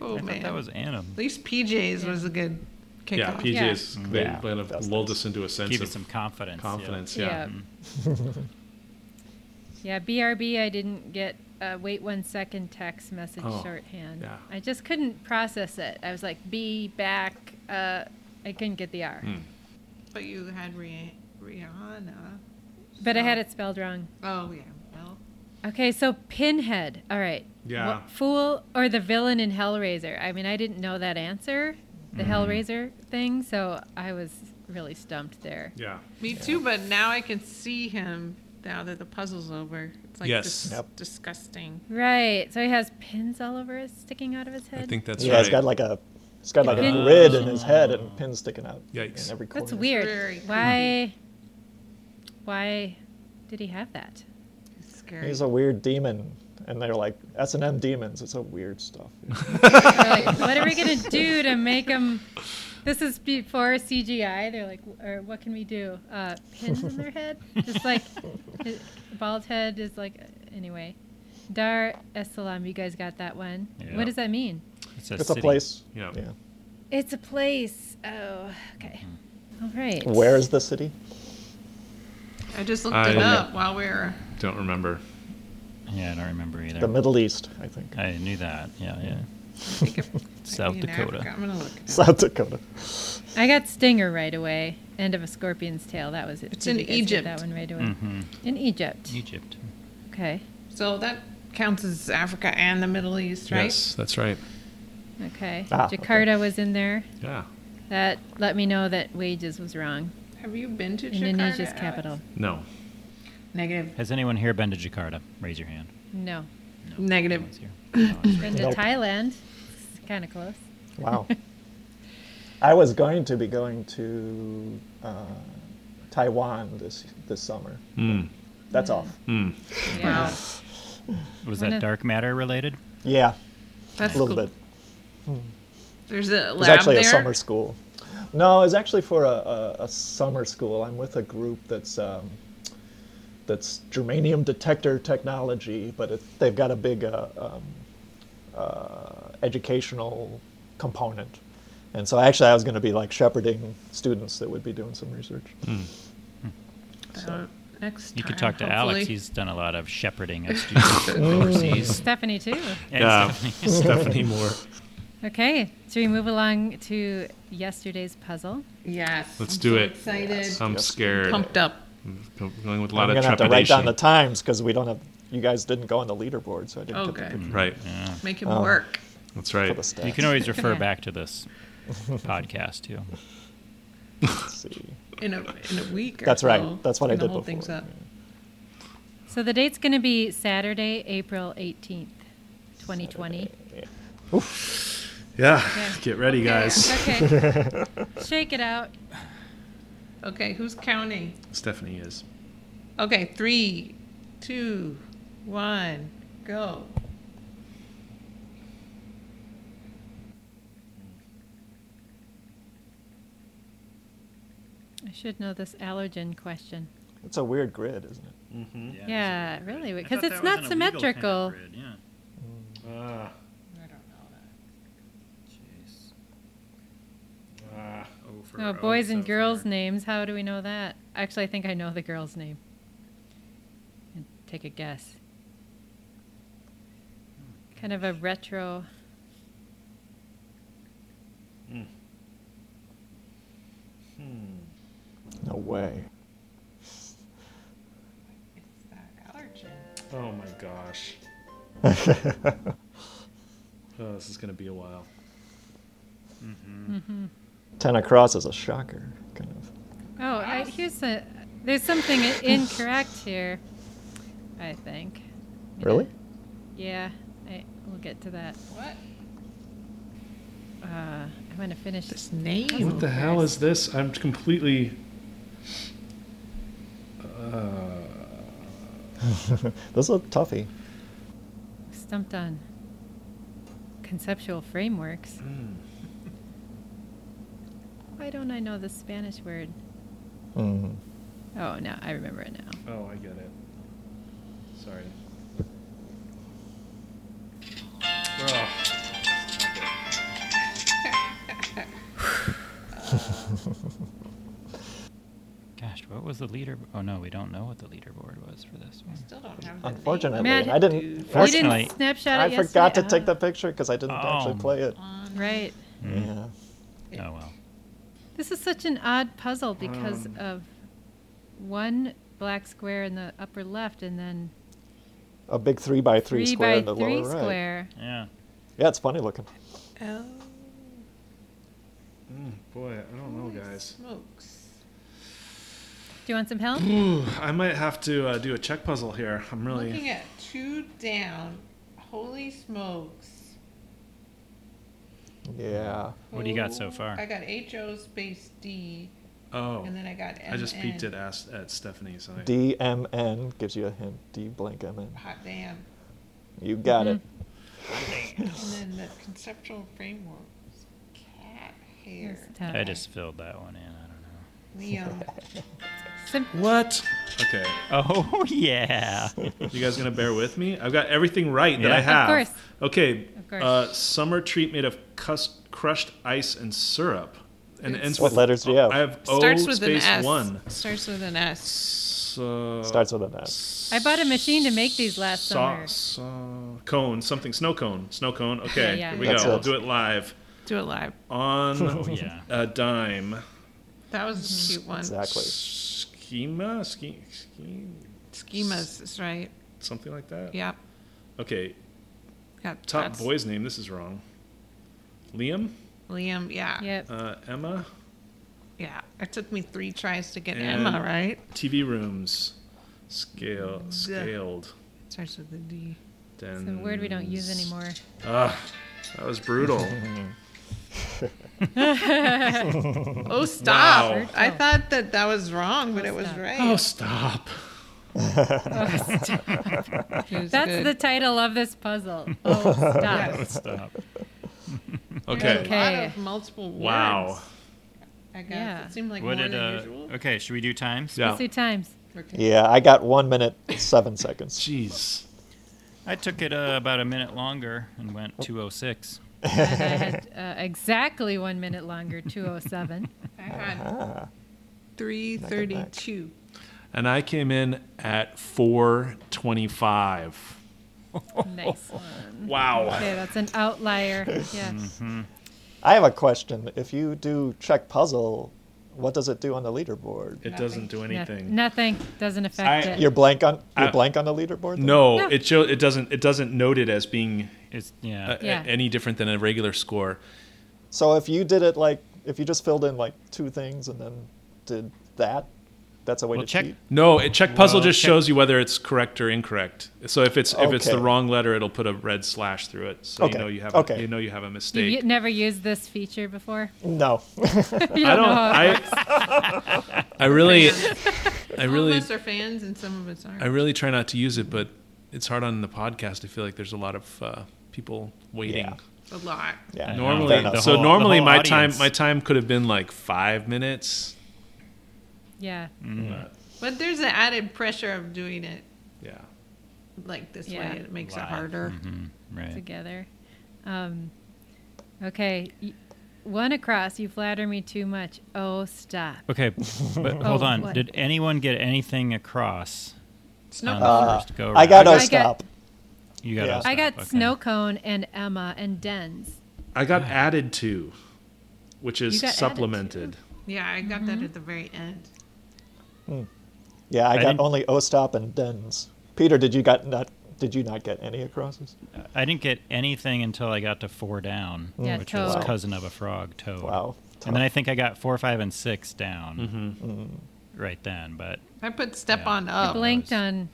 [SPEAKER 3] Oh man,
[SPEAKER 2] That was Annam.
[SPEAKER 3] at least PJ's was a good kickoff.
[SPEAKER 4] Yeah, PJs they
[SPEAKER 5] Yeah.
[SPEAKER 4] kind of
[SPEAKER 5] That's
[SPEAKER 4] lulled us into a sense
[SPEAKER 2] Give you
[SPEAKER 4] of
[SPEAKER 2] some confidence. yeah.
[SPEAKER 4] confidence.
[SPEAKER 1] Yeah.
[SPEAKER 4] Yeah.
[SPEAKER 1] Yeah, BRB, I didn't get uh, wait one second text message
[SPEAKER 4] Oh,
[SPEAKER 1] shorthand.
[SPEAKER 4] yeah.
[SPEAKER 1] I just couldn't process it. I was like, B, back. Uh, I couldn't get the R.
[SPEAKER 2] Mm.
[SPEAKER 3] But you had Rih- Rihanna.
[SPEAKER 1] But I
[SPEAKER 3] so-
[SPEAKER 1] had it spelled wrong.
[SPEAKER 3] Oh yeah. Well,
[SPEAKER 1] Okay, so Pinhead. All right.
[SPEAKER 4] Yeah.
[SPEAKER 1] Wha- fool or the villain in Hellraiser. I mean, I didn't know that answer, the Hellraiser thing, so I was really stumped there.
[SPEAKER 4] Yeah.
[SPEAKER 3] me too. But now I can see him. Now that the puzzle's over, it's like
[SPEAKER 4] Yes.
[SPEAKER 3] dis-
[SPEAKER 5] Yep.
[SPEAKER 3] disgusting.
[SPEAKER 1] Right. So he has pins all over his sticking out of his head.
[SPEAKER 4] I think that's
[SPEAKER 5] yeah,
[SPEAKER 4] right.
[SPEAKER 5] he's got like a, he's got like
[SPEAKER 1] Pin-
[SPEAKER 5] a grid in his head and pins sticking out
[SPEAKER 4] Yikes.
[SPEAKER 5] in every corner.
[SPEAKER 1] That's weird.
[SPEAKER 3] Very
[SPEAKER 1] why? Why did he have that?
[SPEAKER 3] It's scary.
[SPEAKER 5] He's a weird demon, and they're like S and M demons. It's a weird stuff.
[SPEAKER 1] They're like, what are we gonna do to make him? This is before CGI. They're like, "W- or what can we do? Uh, pins in their head, just like his bald head is like. Anyway, Dar es Salaam, you guys got that one.
[SPEAKER 2] Yeah.
[SPEAKER 1] What does that mean?
[SPEAKER 5] It's a place.
[SPEAKER 4] Yeah.
[SPEAKER 1] It's a place. Oh, okay. All right.
[SPEAKER 5] Where is the city?
[SPEAKER 3] I just looked
[SPEAKER 4] I-
[SPEAKER 3] it up while we were.
[SPEAKER 4] Don't remember.
[SPEAKER 2] Yeah, I don't remember either.
[SPEAKER 5] The Middle East, I think.
[SPEAKER 2] I knew that. Yeah, yeah. South
[SPEAKER 3] in
[SPEAKER 2] Dakota.
[SPEAKER 3] Africa. I'm gonna look. it up.
[SPEAKER 5] South Dakota.
[SPEAKER 1] I got Stinger right away. End of a Scorpion's Tail. That was it.
[SPEAKER 3] It's
[SPEAKER 1] Did
[SPEAKER 3] in
[SPEAKER 1] you guys get That
[SPEAKER 3] Egypt.
[SPEAKER 1] one right away.
[SPEAKER 2] Mm-hmm.
[SPEAKER 1] In Egypt.
[SPEAKER 2] Egypt.
[SPEAKER 1] Okay.
[SPEAKER 3] So that counts as Africa and the Middle East, right?
[SPEAKER 4] Yes, that's right.
[SPEAKER 1] Okay.
[SPEAKER 5] Ah, okay.
[SPEAKER 1] Jakarta was in there.
[SPEAKER 4] Yeah.
[SPEAKER 1] That let me know that wages was wrong.
[SPEAKER 3] Have you been to
[SPEAKER 1] Indonesia's
[SPEAKER 3] Jakarta, Alex?
[SPEAKER 1] capital.
[SPEAKER 4] No.
[SPEAKER 3] Negative.
[SPEAKER 2] Has anyone here been to Jakarta? Raise your hand.
[SPEAKER 1] No.
[SPEAKER 3] Negative.
[SPEAKER 2] No one's here. No one's
[SPEAKER 1] Been to
[SPEAKER 5] Nope.
[SPEAKER 1] Thailand. Kind of close.
[SPEAKER 5] Wow. I was going to be going to uh, Taiwan this this summer.
[SPEAKER 4] Mm.
[SPEAKER 5] That's off.
[SPEAKER 3] Hmm.
[SPEAKER 1] Yeah.
[SPEAKER 3] Wow.
[SPEAKER 2] right. Was
[SPEAKER 1] We're
[SPEAKER 2] that
[SPEAKER 1] not-
[SPEAKER 2] dark matter related?
[SPEAKER 5] Yeah,
[SPEAKER 3] That's
[SPEAKER 5] a little
[SPEAKER 3] cool.
[SPEAKER 5] bit.
[SPEAKER 3] There's a lab
[SPEAKER 5] It was actually
[SPEAKER 3] there.
[SPEAKER 5] a summer school. No, it's actually for a, a, a summer school. I'm with a group that's um, that's germanium detector technology, but it, they've got a big uh, um, uh, educational component. And so actually, I was going to be like shepherding students that would be doing some research.
[SPEAKER 4] Hmm.
[SPEAKER 3] So Uh, next
[SPEAKER 2] You could
[SPEAKER 3] time,
[SPEAKER 2] talk to
[SPEAKER 3] hopefully.
[SPEAKER 2] Alex. He's done a lot of shepherding of students overseas.
[SPEAKER 1] Stephanie too.
[SPEAKER 2] And
[SPEAKER 4] Yeah.
[SPEAKER 2] Stephanie.
[SPEAKER 4] Stephanie Moore.
[SPEAKER 1] Okay. Should we move along to yesterday's puzzle?
[SPEAKER 3] Yes.
[SPEAKER 4] Let's
[SPEAKER 3] I'm
[SPEAKER 4] do
[SPEAKER 3] so
[SPEAKER 4] it.
[SPEAKER 3] Excited.
[SPEAKER 4] I'm scared.
[SPEAKER 3] Pumped up.
[SPEAKER 4] I'm Going with a
[SPEAKER 5] I'm
[SPEAKER 4] lot
[SPEAKER 5] going
[SPEAKER 4] of
[SPEAKER 5] to have to write down
[SPEAKER 4] trepidation.
[SPEAKER 5] the times because we don't have. You guys didn't go on the leaderboard, so I didn't
[SPEAKER 3] Oh,
[SPEAKER 5] get the
[SPEAKER 3] good.
[SPEAKER 5] picture
[SPEAKER 4] right.
[SPEAKER 2] Yeah.
[SPEAKER 3] Make
[SPEAKER 5] Oh.
[SPEAKER 3] him work.
[SPEAKER 4] That's
[SPEAKER 5] for the
[SPEAKER 4] right.
[SPEAKER 5] stats.
[SPEAKER 2] You can always refer
[SPEAKER 1] Yeah.
[SPEAKER 2] back to this podcast too.
[SPEAKER 5] Let's see.
[SPEAKER 3] in a in a week. Or
[SPEAKER 5] That's right.
[SPEAKER 3] so,
[SPEAKER 5] That's what I
[SPEAKER 3] and
[SPEAKER 5] did
[SPEAKER 3] Hold
[SPEAKER 5] before,
[SPEAKER 3] things up.
[SPEAKER 1] So the date's going to be Saturday, April 18th, 2020.
[SPEAKER 4] Yeah.
[SPEAKER 1] Yeah.
[SPEAKER 4] Get ready, guys.
[SPEAKER 1] Okay. Shake it out.
[SPEAKER 3] Okay, who's counting?
[SPEAKER 4] Stephanie is.
[SPEAKER 3] Okay, three, two, one, go.
[SPEAKER 1] I should know this allergen question.
[SPEAKER 5] It's a weird grid, isn't it?
[SPEAKER 4] Mm-hmm.
[SPEAKER 1] Yeah, really, because it's not symmetrical. Mm.
[SPEAKER 4] Ah.
[SPEAKER 3] I don't know
[SPEAKER 4] Ah. for
[SPEAKER 1] oh, boys and girls names. How do we know that? Actually, I think I know the girl's name. Take a guess. Kind of a retro.
[SPEAKER 4] Hmm.
[SPEAKER 5] No way.
[SPEAKER 3] that. Allergen.
[SPEAKER 4] Oh my gosh. oh, this is gonna be a while.
[SPEAKER 5] Ten across is a shocker, kind of.
[SPEAKER 1] Oh, I, here's a. There's something i- incorrect here. I think.
[SPEAKER 5] Really?
[SPEAKER 1] Yeah, I, we'll get to that.
[SPEAKER 3] What?
[SPEAKER 1] Uh, I'm gonna finish.
[SPEAKER 3] This name.
[SPEAKER 4] What the hell is this? I'm completely. uh,
[SPEAKER 5] This is a toughie.
[SPEAKER 1] Stumped on conceptual frameworks.
[SPEAKER 4] hmm.
[SPEAKER 1] Why don't I know the Spanish word?
[SPEAKER 5] Mm.
[SPEAKER 1] Oh, now I remember it now.
[SPEAKER 4] Oh, I get it. Sorry.
[SPEAKER 2] Gosh, what was the leader? Oh no, we don't know what the leaderboard was for this one.
[SPEAKER 3] Still don't have the name.
[SPEAKER 5] Unfortunately,
[SPEAKER 1] Matt,
[SPEAKER 5] I didn't.
[SPEAKER 3] dude.
[SPEAKER 1] You
[SPEAKER 2] Fortunately-
[SPEAKER 1] didn't snapshot it
[SPEAKER 5] I forgot to
[SPEAKER 1] yesterday?
[SPEAKER 5] take the picture because I didn't
[SPEAKER 2] Oh.
[SPEAKER 5] actually play it.
[SPEAKER 1] Ah, Right.
[SPEAKER 4] Mm-hmm.
[SPEAKER 5] Yeah.
[SPEAKER 2] Oh well.
[SPEAKER 1] This is such an odd puzzle because
[SPEAKER 5] Um.
[SPEAKER 1] of one black square in the upper left and then
[SPEAKER 5] A big three by three,
[SPEAKER 1] three,
[SPEAKER 5] square
[SPEAKER 1] by
[SPEAKER 5] in the
[SPEAKER 1] three
[SPEAKER 5] lower right.
[SPEAKER 1] square.
[SPEAKER 2] Yeah.
[SPEAKER 5] Yeah, it's funny looking.
[SPEAKER 3] Oh,
[SPEAKER 4] boy, I don't know,
[SPEAKER 3] holy
[SPEAKER 4] Oh, guys.
[SPEAKER 3] smokes.
[SPEAKER 1] Do you want some help?
[SPEAKER 5] Mm-hmm.
[SPEAKER 4] Ooh, I might have to uh, do a check puzzle here. I'm really.
[SPEAKER 3] Looking at two down. Holy smokes.
[SPEAKER 5] Yeah.
[SPEAKER 2] What do you got so
[SPEAKER 3] Oh,
[SPEAKER 2] far?
[SPEAKER 3] I got H O space D,
[SPEAKER 4] Oh,
[SPEAKER 3] and then I got M.
[SPEAKER 4] I just peeked at asked at Stephanie's. I,
[SPEAKER 5] DMN gives you a hint. D blank MN.
[SPEAKER 3] Hot damn.
[SPEAKER 5] You got
[SPEAKER 1] Mm-hmm.
[SPEAKER 5] it.
[SPEAKER 3] And then the conceptual framework was cat hair.
[SPEAKER 1] It's tough.
[SPEAKER 2] I just filled that one in. I don't know.
[SPEAKER 3] Liam
[SPEAKER 1] Sim-
[SPEAKER 4] What? Okay.
[SPEAKER 2] Oh yeah.
[SPEAKER 4] You guys gonna bear with me? I've got everything right that I
[SPEAKER 2] Yeah.
[SPEAKER 4] have.
[SPEAKER 1] Of course.
[SPEAKER 4] Okay.
[SPEAKER 1] Of course.
[SPEAKER 4] Uh, summer treat made of cus- crushed ice and syrup, and ends
[SPEAKER 5] What
[SPEAKER 4] with
[SPEAKER 5] letters do you have?
[SPEAKER 4] I have O
[SPEAKER 3] Starts with an
[SPEAKER 4] space
[SPEAKER 3] S.
[SPEAKER 4] one.
[SPEAKER 3] Starts with an S.
[SPEAKER 4] So,
[SPEAKER 5] Starts with an S.
[SPEAKER 1] I bought a machine to make these last
[SPEAKER 4] Saw,
[SPEAKER 1] summer.
[SPEAKER 4] saw- cone, something, snow cone, snow cone. Okay,
[SPEAKER 1] yeah.
[SPEAKER 4] here we
[SPEAKER 5] That's
[SPEAKER 4] go.
[SPEAKER 5] it.
[SPEAKER 4] We'll do it live
[SPEAKER 3] Do it live.
[SPEAKER 2] Oh
[SPEAKER 4] on
[SPEAKER 2] yeah.
[SPEAKER 4] a dime.
[SPEAKER 3] That was a cute one.
[SPEAKER 5] Exactly.
[SPEAKER 4] Schema, scheme, scheme,
[SPEAKER 3] Schemas is right.
[SPEAKER 4] something like that.
[SPEAKER 3] Yep.
[SPEAKER 4] Okay,
[SPEAKER 3] Got
[SPEAKER 4] top
[SPEAKER 3] that's
[SPEAKER 4] boy's name. This is wrong. Liam,
[SPEAKER 3] Liam. Yeah.
[SPEAKER 1] Yep.
[SPEAKER 4] uh, Emma,
[SPEAKER 3] Yeah. It took me three tries to get
[SPEAKER 4] And-
[SPEAKER 3] Emma right.
[SPEAKER 4] TV rooms, scale, scaled.
[SPEAKER 3] Starts with a D.
[SPEAKER 1] It's a word we don't use
[SPEAKER 5] Um,
[SPEAKER 4] dens-
[SPEAKER 1] anymore.
[SPEAKER 4] Ah, that was brutal.
[SPEAKER 3] Oh, stop!
[SPEAKER 4] Wow.
[SPEAKER 3] I thought that that was wrong, but it was
[SPEAKER 1] stop.
[SPEAKER 3] right.
[SPEAKER 4] oh, stop.
[SPEAKER 3] It was
[SPEAKER 1] That's
[SPEAKER 3] good.
[SPEAKER 1] the title of this puzzle. Oh, stop.
[SPEAKER 3] Yes.
[SPEAKER 2] Stop.
[SPEAKER 4] Okay.
[SPEAKER 3] A lot
[SPEAKER 1] Okay.
[SPEAKER 3] of multiple words.
[SPEAKER 4] Wow.
[SPEAKER 3] I guess
[SPEAKER 1] Yeah.
[SPEAKER 3] it seemed like
[SPEAKER 2] What
[SPEAKER 3] more
[SPEAKER 2] did
[SPEAKER 3] than
[SPEAKER 2] uh?
[SPEAKER 3] usual.
[SPEAKER 2] Okay, should we do times?
[SPEAKER 4] Yeah.
[SPEAKER 1] Two times.
[SPEAKER 3] Okay.
[SPEAKER 5] Yeah, I got one minute seven seconds.
[SPEAKER 4] Jeez.
[SPEAKER 2] I took it uh, about a minute longer and went 206.
[SPEAKER 1] And I had uh, exactly one minute longer, 207.
[SPEAKER 3] I had
[SPEAKER 5] Ah,
[SPEAKER 3] three thirty-two.
[SPEAKER 4] And I came in at 425.
[SPEAKER 1] nice one.
[SPEAKER 4] Wow.
[SPEAKER 1] Okay, that's an outlier. Yeah.
[SPEAKER 5] Mm-hmm. I have a question. If you do check puzzle, what does it do on the leaderboard?
[SPEAKER 4] It doesn't do
[SPEAKER 1] No-
[SPEAKER 4] anything.
[SPEAKER 1] nothing doesn't affect
[SPEAKER 4] I-
[SPEAKER 1] it.
[SPEAKER 5] You're blank on you're
[SPEAKER 4] I-
[SPEAKER 5] blank on the leaderboard. then?
[SPEAKER 4] No,
[SPEAKER 1] No.
[SPEAKER 4] it show, it doesn't it doesn't note it as being
[SPEAKER 2] It's
[SPEAKER 4] a-
[SPEAKER 2] yeah.
[SPEAKER 4] a-
[SPEAKER 1] Yeah.
[SPEAKER 4] any different than a regular score.
[SPEAKER 5] So if you did it like if you just filled in like two things and then did that, that's a way
[SPEAKER 2] Well,
[SPEAKER 5] to
[SPEAKER 2] check-
[SPEAKER 5] cheat.
[SPEAKER 4] No, it check puzzle
[SPEAKER 2] Well,
[SPEAKER 4] just
[SPEAKER 2] check-
[SPEAKER 4] shows you whether it's correct or incorrect. So if it's if it's the
[SPEAKER 5] Okay.
[SPEAKER 4] wrong letter, it'll put a red slash through it. So
[SPEAKER 5] Okay.
[SPEAKER 4] you know you have a,
[SPEAKER 5] Okay.
[SPEAKER 4] you know you have a
[SPEAKER 1] You've
[SPEAKER 4] mistake.
[SPEAKER 1] u- never used this feature before.
[SPEAKER 5] No.
[SPEAKER 1] You
[SPEAKER 4] I don't.
[SPEAKER 1] know how it works.
[SPEAKER 4] I, I really, I
[SPEAKER 3] Some
[SPEAKER 4] really,
[SPEAKER 3] of us are fans and some of us aren't.
[SPEAKER 4] I really try not to use it, but it's hard on the podcast. I feel like there's a lot of uh, people waiting.
[SPEAKER 5] Yeah.
[SPEAKER 3] a lot.
[SPEAKER 5] yeah.
[SPEAKER 2] I know.
[SPEAKER 4] Normally,
[SPEAKER 5] Fair enough.
[SPEAKER 2] the
[SPEAKER 4] so
[SPEAKER 2] whole- the
[SPEAKER 4] normally
[SPEAKER 2] whole
[SPEAKER 4] my
[SPEAKER 2] audience.
[SPEAKER 4] time my time could have been like five minutes.
[SPEAKER 1] Yeah.
[SPEAKER 4] Mm.
[SPEAKER 3] But there's an added pressure of doing it
[SPEAKER 4] Yeah.
[SPEAKER 3] like this
[SPEAKER 1] Yeah.
[SPEAKER 3] way. It makes it
[SPEAKER 2] Live.
[SPEAKER 3] harder.
[SPEAKER 4] Mm-hmm.
[SPEAKER 2] Right.
[SPEAKER 1] together. Um, okay, y- one across. You flatter me too much. Oh, stop.
[SPEAKER 2] Okay, but hold
[SPEAKER 1] Oh,
[SPEAKER 2] on.
[SPEAKER 1] what?
[SPEAKER 2] Did anyone get anything across?
[SPEAKER 3] Snow
[SPEAKER 2] on
[SPEAKER 3] cone.
[SPEAKER 2] the
[SPEAKER 5] Uh,
[SPEAKER 2] first go
[SPEAKER 5] I
[SPEAKER 2] round?
[SPEAKER 5] got to
[SPEAKER 1] I got-
[SPEAKER 5] stop.
[SPEAKER 2] You got
[SPEAKER 5] yeah.
[SPEAKER 2] us
[SPEAKER 1] I got
[SPEAKER 2] up, okay.
[SPEAKER 1] snow cone and Emma and Dens.
[SPEAKER 4] I got added to, which
[SPEAKER 1] You
[SPEAKER 4] is
[SPEAKER 1] got added to?
[SPEAKER 4] supplemented.
[SPEAKER 3] Yeah, I got
[SPEAKER 1] Mm-hmm.
[SPEAKER 3] that at the very end.
[SPEAKER 5] Yeah, I,
[SPEAKER 2] I
[SPEAKER 5] got
[SPEAKER 2] didn't-
[SPEAKER 5] only O stop and dens. Peter, did you got not did you not get any acrosses?
[SPEAKER 2] I didn't get anything until I got to four down,
[SPEAKER 1] Yeah,
[SPEAKER 2] which
[SPEAKER 1] toad.
[SPEAKER 2] was cousin of a frog, toad.
[SPEAKER 5] Wow.
[SPEAKER 2] And then I think I got four, five, and six down
[SPEAKER 4] Mm-hmm.
[SPEAKER 5] Mm-hmm.
[SPEAKER 2] right then. But
[SPEAKER 3] I put step
[SPEAKER 2] Yeah.
[SPEAKER 3] on up.
[SPEAKER 1] Blanked
[SPEAKER 2] nice.
[SPEAKER 1] on.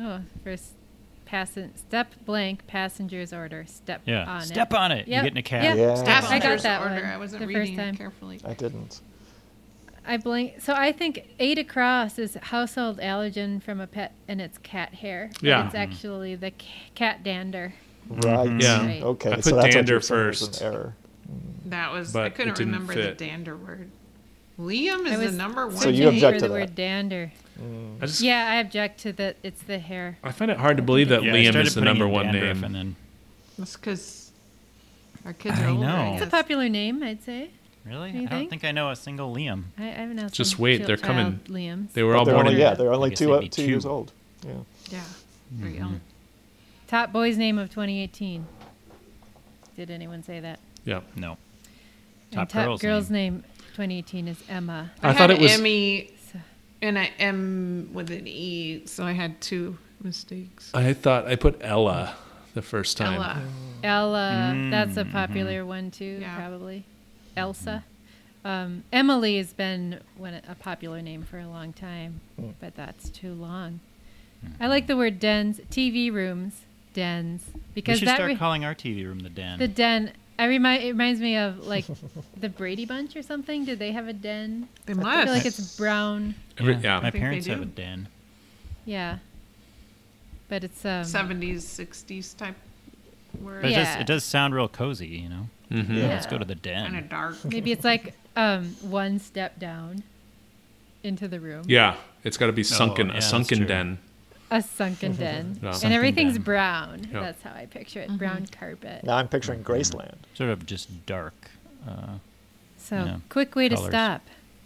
[SPEAKER 1] Oh, first passen step blank passengers order step
[SPEAKER 2] yeah,
[SPEAKER 1] on
[SPEAKER 2] step
[SPEAKER 1] it.
[SPEAKER 2] on
[SPEAKER 1] Yep.
[SPEAKER 2] it. You get in a cab.
[SPEAKER 1] Yeah.
[SPEAKER 5] Yeah.
[SPEAKER 1] Step
[SPEAKER 3] Passengers
[SPEAKER 1] I got that one.
[SPEAKER 3] order. I wasn't
[SPEAKER 1] the
[SPEAKER 3] reading
[SPEAKER 1] first time.
[SPEAKER 3] carefully.
[SPEAKER 5] I didn't.
[SPEAKER 1] I blank. So I think eight across is household allergen from a pet, and it's cat hair. but
[SPEAKER 4] Yeah.
[SPEAKER 1] it's actually the c- cat dander.
[SPEAKER 5] Right.
[SPEAKER 4] Mm-hmm. Yeah.
[SPEAKER 1] Right.
[SPEAKER 5] Okay.
[SPEAKER 4] I put
[SPEAKER 5] so that's
[SPEAKER 4] dander
[SPEAKER 5] what you're saying was
[SPEAKER 4] first.
[SPEAKER 5] An error.
[SPEAKER 3] That was
[SPEAKER 4] But
[SPEAKER 3] I
[SPEAKER 4] it
[SPEAKER 3] couldn't
[SPEAKER 4] didn't
[SPEAKER 3] remember the
[SPEAKER 4] fit.
[SPEAKER 3] dander word. Liam
[SPEAKER 1] I
[SPEAKER 3] is
[SPEAKER 1] was
[SPEAKER 3] the number one.
[SPEAKER 5] So you
[SPEAKER 1] searching
[SPEAKER 5] object
[SPEAKER 1] for
[SPEAKER 5] to
[SPEAKER 1] the
[SPEAKER 5] that.
[SPEAKER 1] word dander.
[SPEAKER 4] I just
[SPEAKER 1] Yeah, I object to that. It's the hair.
[SPEAKER 4] I find it hard to believe that
[SPEAKER 2] Yeah, I
[SPEAKER 4] Liam
[SPEAKER 2] started
[SPEAKER 4] is the
[SPEAKER 2] putting
[SPEAKER 4] number
[SPEAKER 2] in
[SPEAKER 4] one
[SPEAKER 2] dandruff
[SPEAKER 4] name.
[SPEAKER 2] And then,
[SPEAKER 3] That's because our kids
[SPEAKER 2] I
[SPEAKER 3] are older.
[SPEAKER 2] know.
[SPEAKER 1] It's
[SPEAKER 3] guess.
[SPEAKER 1] a popular name, I'd say.
[SPEAKER 2] really,
[SPEAKER 1] Do you
[SPEAKER 2] I don't
[SPEAKER 1] think?
[SPEAKER 2] think I know a single Liam.
[SPEAKER 1] I, I've now
[SPEAKER 4] Just
[SPEAKER 1] some
[SPEAKER 4] wait,
[SPEAKER 1] chil-
[SPEAKER 4] they're
[SPEAKER 1] child Liams.
[SPEAKER 4] They were all
[SPEAKER 5] They're
[SPEAKER 4] born
[SPEAKER 5] only,
[SPEAKER 4] in
[SPEAKER 5] yeah, they're only
[SPEAKER 2] guess
[SPEAKER 5] two,
[SPEAKER 2] they'd
[SPEAKER 5] uh,
[SPEAKER 2] be
[SPEAKER 5] two
[SPEAKER 2] two.
[SPEAKER 5] years old. Yeah.
[SPEAKER 3] Yeah, very young.
[SPEAKER 1] Top boy's name of 2018. Did anyone say that?
[SPEAKER 4] yeah.
[SPEAKER 2] No.
[SPEAKER 1] and
[SPEAKER 2] Top
[SPEAKER 1] top
[SPEAKER 2] girl's
[SPEAKER 1] name. 2018 is Emma.
[SPEAKER 4] I
[SPEAKER 3] I,
[SPEAKER 4] thought
[SPEAKER 3] had
[SPEAKER 4] it was-
[SPEAKER 3] Emmy and I M with an E, so I had two mistakes.
[SPEAKER 4] I thought I put Ella the first time.
[SPEAKER 3] Ella.
[SPEAKER 1] Ella, that's
[SPEAKER 2] Mm-hmm.
[SPEAKER 1] a popular one too,
[SPEAKER 3] Yeah.
[SPEAKER 1] probably. Elsa. Um, Emily has been one, a popular name for a long time,
[SPEAKER 2] Oh.
[SPEAKER 1] but that's too long. I like the word dens, TV rooms, dens,
[SPEAKER 2] Mm-hmm. We
[SPEAKER 1] because
[SPEAKER 2] should
[SPEAKER 1] that
[SPEAKER 2] start
[SPEAKER 1] re-
[SPEAKER 2] calling our TV room the den.
[SPEAKER 1] the den. I remind it reminds me of like the Brady Bunch or something. Did they have a den?
[SPEAKER 3] They
[SPEAKER 1] I feel like
[SPEAKER 3] must.
[SPEAKER 1] it's brown.
[SPEAKER 4] Every- yeah.
[SPEAKER 2] My
[SPEAKER 4] I
[SPEAKER 3] think they
[SPEAKER 2] parents have
[SPEAKER 3] do.
[SPEAKER 2] a den.
[SPEAKER 1] Yeah, but it's um,
[SPEAKER 3] Seventies, sixties type word.
[SPEAKER 2] But it, does,
[SPEAKER 1] Yeah.
[SPEAKER 2] it does sound real cozy, you know?
[SPEAKER 5] Yeah.
[SPEAKER 2] Let's go to the
[SPEAKER 3] Kind
[SPEAKER 2] den.
[SPEAKER 3] of dark.
[SPEAKER 1] Maybe it's like um, one step down. into the room.
[SPEAKER 6] Yeah, it's got to be sunken,
[SPEAKER 2] Oh, yeah,
[SPEAKER 6] a
[SPEAKER 2] that's
[SPEAKER 6] sunken
[SPEAKER 2] true.
[SPEAKER 6] den.
[SPEAKER 1] A sunken den.
[SPEAKER 6] Yeah.
[SPEAKER 2] Sunken
[SPEAKER 1] And everything's
[SPEAKER 2] den.
[SPEAKER 1] brown.
[SPEAKER 6] Yeah.
[SPEAKER 1] That's how I picture it. Brown
[SPEAKER 3] Mm-hmm.
[SPEAKER 1] carpet.
[SPEAKER 5] Now I'm picturing Graceland.
[SPEAKER 2] Sort of just dark.
[SPEAKER 1] So
[SPEAKER 2] Yeah.
[SPEAKER 1] quick way to
[SPEAKER 2] Colours.
[SPEAKER 1] stop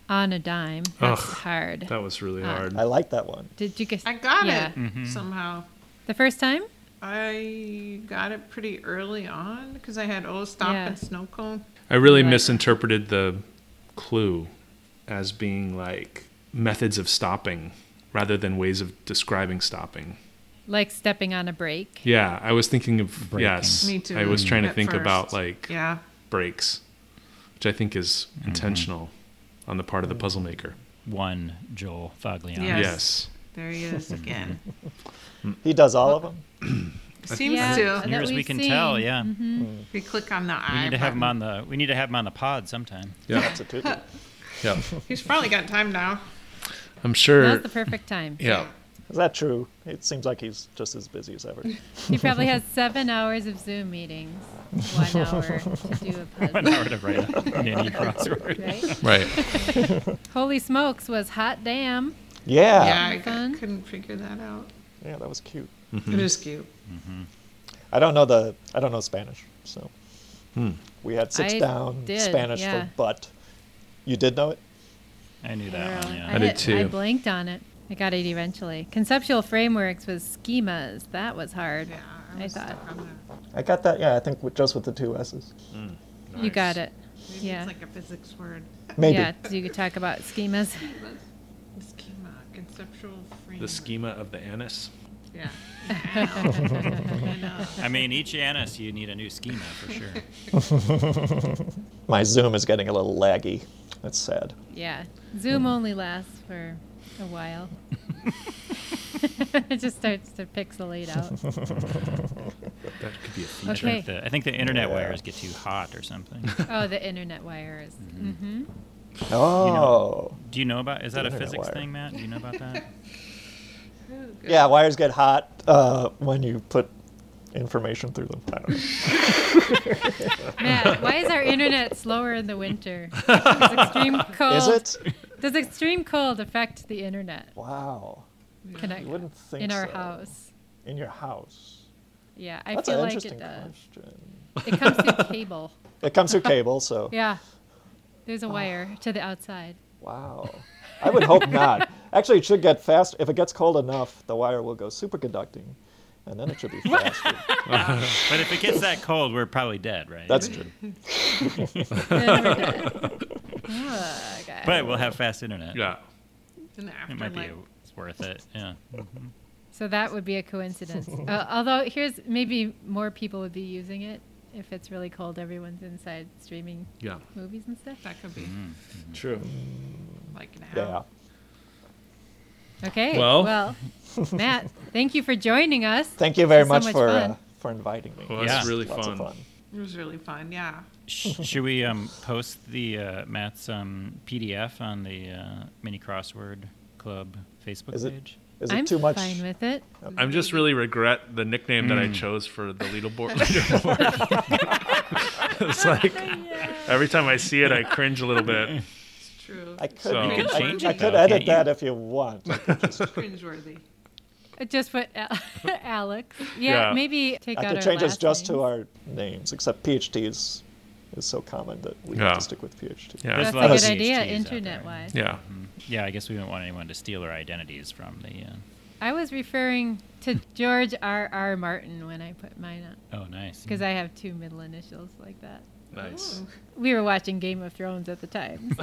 [SPEAKER 1] on a dime. That's
[SPEAKER 4] Ugh.
[SPEAKER 1] hard.
[SPEAKER 4] That was really
[SPEAKER 1] Ah.
[SPEAKER 4] hard.
[SPEAKER 5] I like that one.
[SPEAKER 1] Did you guess?
[SPEAKER 3] I got
[SPEAKER 1] yeah.
[SPEAKER 3] it somehow.
[SPEAKER 1] The first time?
[SPEAKER 3] I got it pretty early on because I had old stop
[SPEAKER 1] Yeah.
[SPEAKER 3] and snow cone.
[SPEAKER 6] I really
[SPEAKER 1] Right.
[SPEAKER 6] misinterpreted the clue as being like methods of stopping rather than ways of describing stopping.
[SPEAKER 1] Like stepping on a break.
[SPEAKER 6] Yeah, I was thinking of
[SPEAKER 2] Braking.
[SPEAKER 6] yes.
[SPEAKER 3] Me too,
[SPEAKER 6] I was trying to
[SPEAKER 3] at
[SPEAKER 6] think about
[SPEAKER 3] first.
[SPEAKER 6] like
[SPEAKER 3] Yeah.
[SPEAKER 6] breaks, which I think is intentional on the part of the puzzle maker.
[SPEAKER 2] One Joel Fogliano.
[SPEAKER 3] Yes.
[SPEAKER 6] Yes.
[SPEAKER 3] There he is again.
[SPEAKER 5] He does all of them.
[SPEAKER 3] Seems
[SPEAKER 1] Yeah.
[SPEAKER 3] to.
[SPEAKER 1] That
[SPEAKER 2] Near as we
[SPEAKER 1] we've
[SPEAKER 2] can tell,
[SPEAKER 1] seen.
[SPEAKER 2] yeah.
[SPEAKER 3] If you click on the
[SPEAKER 2] We
[SPEAKER 3] eye.
[SPEAKER 2] need to have him
[SPEAKER 3] button-
[SPEAKER 2] on the. We need to have him on the pod sometime.
[SPEAKER 6] Yeah.
[SPEAKER 5] That's a tootie.
[SPEAKER 6] yeah.
[SPEAKER 3] He's probably got time now.
[SPEAKER 6] I'm sure.
[SPEAKER 1] Now's the perfect time.
[SPEAKER 6] Yeah.
[SPEAKER 5] Is that true? It seems like he's just as busy as ever.
[SPEAKER 1] He probably has seven hours of Zoom meetings, one hour to do a
[SPEAKER 2] An
[SPEAKER 1] puzzle.
[SPEAKER 2] hour to write a mini crossword.
[SPEAKER 1] right?
[SPEAKER 6] Right.
[SPEAKER 1] Holy smokes was hot damn.
[SPEAKER 5] Yeah.
[SPEAKER 3] Yeah, I
[SPEAKER 1] Fun.
[SPEAKER 3] c- couldn't figure that out.
[SPEAKER 5] Yeah, that was cute.
[SPEAKER 6] Mm-hmm.
[SPEAKER 3] It is cute.
[SPEAKER 5] I don't know the I don't know Spanish, so
[SPEAKER 6] Hmm.
[SPEAKER 5] we had six
[SPEAKER 1] I
[SPEAKER 5] down
[SPEAKER 1] did,
[SPEAKER 5] Spanish
[SPEAKER 1] yeah.
[SPEAKER 5] for but. You did know it?
[SPEAKER 2] I knew that one.
[SPEAKER 1] Arrow.
[SPEAKER 2] Yeah.
[SPEAKER 1] I,
[SPEAKER 6] did
[SPEAKER 1] hit- I
[SPEAKER 6] too.
[SPEAKER 1] blanked on it. I got it eventually. Conceptual frameworks was schemas. That was hard.
[SPEAKER 3] Yeah,
[SPEAKER 1] I
[SPEAKER 3] was
[SPEAKER 1] thought.
[SPEAKER 3] stuck on that.
[SPEAKER 5] I got that. Yeah, I think with, just with the two S's.
[SPEAKER 1] You got it.
[SPEAKER 3] Maybe
[SPEAKER 1] Yeah.
[SPEAKER 3] It's like a physics word.
[SPEAKER 5] Maybe.
[SPEAKER 1] Yeah, so you could talk about schemas.
[SPEAKER 3] The schema, conceptual
[SPEAKER 6] The
[SPEAKER 3] framework.
[SPEAKER 6] schema of the anise.
[SPEAKER 3] Yeah. I know.
[SPEAKER 2] I mean, each anise you need a new schema for sure.
[SPEAKER 5] My Zoom is getting a little laggy. That's sad.
[SPEAKER 1] Yeah. Zoom only lasts for a while. it just starts to pixelate out.
[SPEAKER 6] That could be a feature.
[SPEAKER 2] I think
[SPEAKER 1] Okay.
[SPEAKER 2] the, I think the internet
[SPEAKER 5] Yeah.
[SPEAKER 2] wires get too hot or something.
[SPEAKER 1] Oh, the internet wire is.
[SPEAKER 5] Mm-hmm.
[SPEAKER 1] hmm
[SPEAKER 5] Oh.
[SPEAKER 2] Do you know about? Is that a
[SPEAKER 5] internet
[SPEAKER 2] physics
[SPEAKER 5] wire.
[SPEAKER 2] thing, Matt? Do you know about that?
[SPEAKER 5] Yeah, wires get hot uh, when you put information through them. I don't know.
[SPEAKER 1] Matt, Mm-hmm. why is our internet slower in the winter? Does extreme cold,
[SPEAKER 5] Is it?
[SPEAKER 1] Does extreme cold affect the internet
[SPEAKER 5] Wow.
[SPEAKER 1] connect
[SPEAKER 5] You wouldn't think
[SPEAKER 1] in our
[SPEAKER 5] so.
[SPEAKER 1] house?
[SPEAKER 5] In your house.
[SPEAKER 1] Yeah, I
[SPEAKER 5] That's
[SPEAKER 1] feel
[SPEAKER 5] an
[SPEAKER 1] like
[SPEAKER 5] interesting
[SPEAKER 1] it does.
[SPEAKER 5] question.
[SPEAKER 1] It comes through cable.
[SPEAKER 5] It comes through cable, so
[SPEAKER 1] Yeah. There's a
[SPEAKER 5] Oh.
[SPEAKER 1] wire to the outside.
[SPEAKER 5] wow. I would hope not. Actually, it should get fast. If it gets cold enough, the wire will go superconducting, and then it should be faster.
[SPEAKER 2] But if it gets that cold, we're probably dead, right?
[SPEAKER 5] That's true.
[SPEAKER 1] Then we're dead. Ugh, guys.
[SPEAKER 2] But we'll have fast internet.
[SPEAKER 6] Yeah.
[SPEAKER 3] An
[SPEAKER 2] It might be
[SPEAKER 3] afterlife.
[SPEAKER 2] it's worth it. Yeah.
[SPEAKER 1] So that would be a coincidence. uh, although here's maybe more people would be using it if it's really cold. Everyone's inside streaming
[SPEAKER 6] Yeah.
[SPEAKER 1] movies and stuff.
[SPEAKER 3] That could be
[SPEAKER 2] Mm-hmm. Mm.
[SPEAKER 6] Mm-hmm. True.
[SPEAKER 3] like an
[SPEAKER 5] Yeah.
[SPEAKER 3] hour.
[SPEAKER 1] Okay.
[SPEAKER 6] Well.
[SPEAKER 1] well Matt, thank you for joining us.
[SPEAKER 5] Thank you very
[SPEAKER 1] So
[SPEAKER 5] much,
[SPEAKER 1] much
[SPEAKER 5] for
[SPEAKER 1] fun.
[SPEAKER 5] uh, for inviting me.
[SPEAKER 6] Well, that's
[SPEAKER 2] Yeah.
[SPEAKER 6] really
[SPEAKER 5] Lots
[SPEAKER 6] fun.
[SPEAKER 5] of fun.
[SPEAKER 3] It was really fun. Yeah.
[SPEAKER 2] Sh- Should we um, post the uh, Matt's um, PDF on the uh, Mini Crossword Club Facebook
[SPEAKER 5] Is it-
[SPEAKER 2] page?
[SPEAKER 5] Is it
[SPEAKER 1] I'm
[SPEAKER 5] too much?
[SPEAKER 1] fine with it.
[SPEAKER 6] I'm just really regret the nickname that I chose for the leaderboard. it's like every time I see it, I cringe a little bit.
[SPEAKER 3] It's true.
[SPEAKER 5] I could
[SPEAKER 6] So- You
[SPEAKER 5] I,
[SPEAKER 6] can
[SPEAKER 2] change
[SPEAKER 5] I
[SPEAKER 2] it,
[SPEAKER 5] could
[SPEAKER 2] though,
[SPEAKER 5] edit
[SPEAKER 2] can't you?
[SPEAKER 5] that if you want.
[SPEAKER 3] cringeworthy.
[SPEAKER 1] Uh, Just put Al- Alex. Yeah,
[SPEAKER 6] Yeah.
[SPEAKER 1] maybe take
[SPEAKER 5] I
[SPEAKER 1] out
[SPEAKER 5] could
[SPEAKER 1] our
[SPEAKER 5] change us
[SPEAKER 1] last
[SPEAKER 5] just
[SPEAKER 1] names.
[SPEAKER 5] to our names, except PhDs is, so common that we
[SPEAKER 6] Yeah.
[SPEAKER 5] have to stick with PhD.
[SPEAKER 6] Yeah.
[SPEAKER 2] There's
[SPEAKER 1] That's
[SPEAKER 2] lot
[SPEAKER 1] a
[SPEAKER 2] of
[SPEAKER 1] good idea,
[SPEAKER 2] PhDs out there.
[SPEAKER 1] internet wise.
[SPEAKER 6] Yeah.
[SPEAKER 2] Yeah, I guess we don't want anyone to steal our identities from the. uh,
[SPEAKER 1] I was referring to George R. R. Martin when I put mine up
[SPEAKER 2] Uh, oh, nice.
[SPEAKER 1] because I have two middle initials like that.
[SPEAKER 6] Nice.
[SPEAKER 1] We were watching Game of Thrones at the time.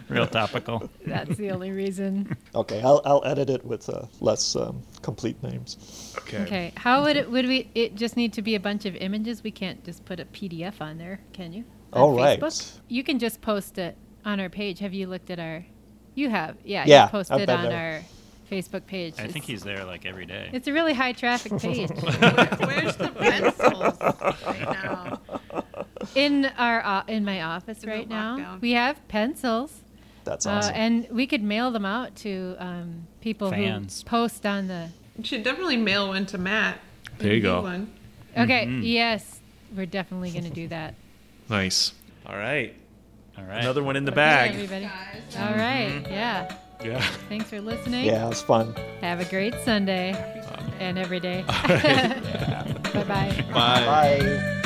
[SPEAKER 1] so
[SPEAKER 2] Real topical.
[SPEAKER 1] that's the only reason.
[SPEAKER 5] Okay, I'll, I'll edit it with uh, less um, complete names.
[SPEAKER 6] Okay.
[SPEAKER 1] Okay, how would it? Would we? It just need to be a bunch of images. We can't just put a PDF on there, can you? On
[SPEAKER 5] All right.
[SPEAKER 1] Facebook? You can just post it on our page. Have you looked at our? You have. Yeah.
[SPEAKER 5] Yeah,
[SPEAKER 1] You
[SPEAKER 5] I've
[SPEAKER 1] posted
[SPEAKER 5] been
[SPEAKER 1] on
[SPEAKER 5] there.
[SPEAKER 1] our Facebook page.
[SPEAKER 2] I
[SPEAKER 1] It's-
[SPEAKER 2] think he's there like every day.
[SPEAKER 1] It's a really high traffic page.
[SPEAKER 3] Where's the pencils right now?
[SPEAKER 1] in our o in my office
[SPEAKER 3] In the
[SPEAKER 1] right now,
[SPEAKER 3] lockdown.
[SPEAKER 1] we have pencils,
[SPEAKER 5] That's
[SPEAKER 1] uh,
[SPEAKER 5] awesome.
[SPEAKER 1] and we could mail them out to um, people
[SPEAKER 2] Fans.
[SPEAKER 1] who post on the.
[SPEAKER 3] You should definitely mail one to Matt.
[SPEAKER 6] There you
[SPEAKER 3] Need
[SPEAKER 6] go.
[SPEAKER 3] One.
[SPEAKER 1] Okay. Yes, we're definitely going to do that.
[SPEAKER 6] Nice. All right.
[SPEAKER 2] All right.
[SPEAKER 6] Another one in the
[SPEAKER 1] Okay,
[SPEAKER 6] bag.
[SPEAKER 1] everybody. All right. Yeah.
[SPEAKER 6] Yeah.
[SPEAKER 1] Thanks for listening.
[SPEAKER 5] Yeah, it was fun.
[SPEAKER 1] Have a great Sunday and every day. Bye bye.
[SPEAKER 5] Bye.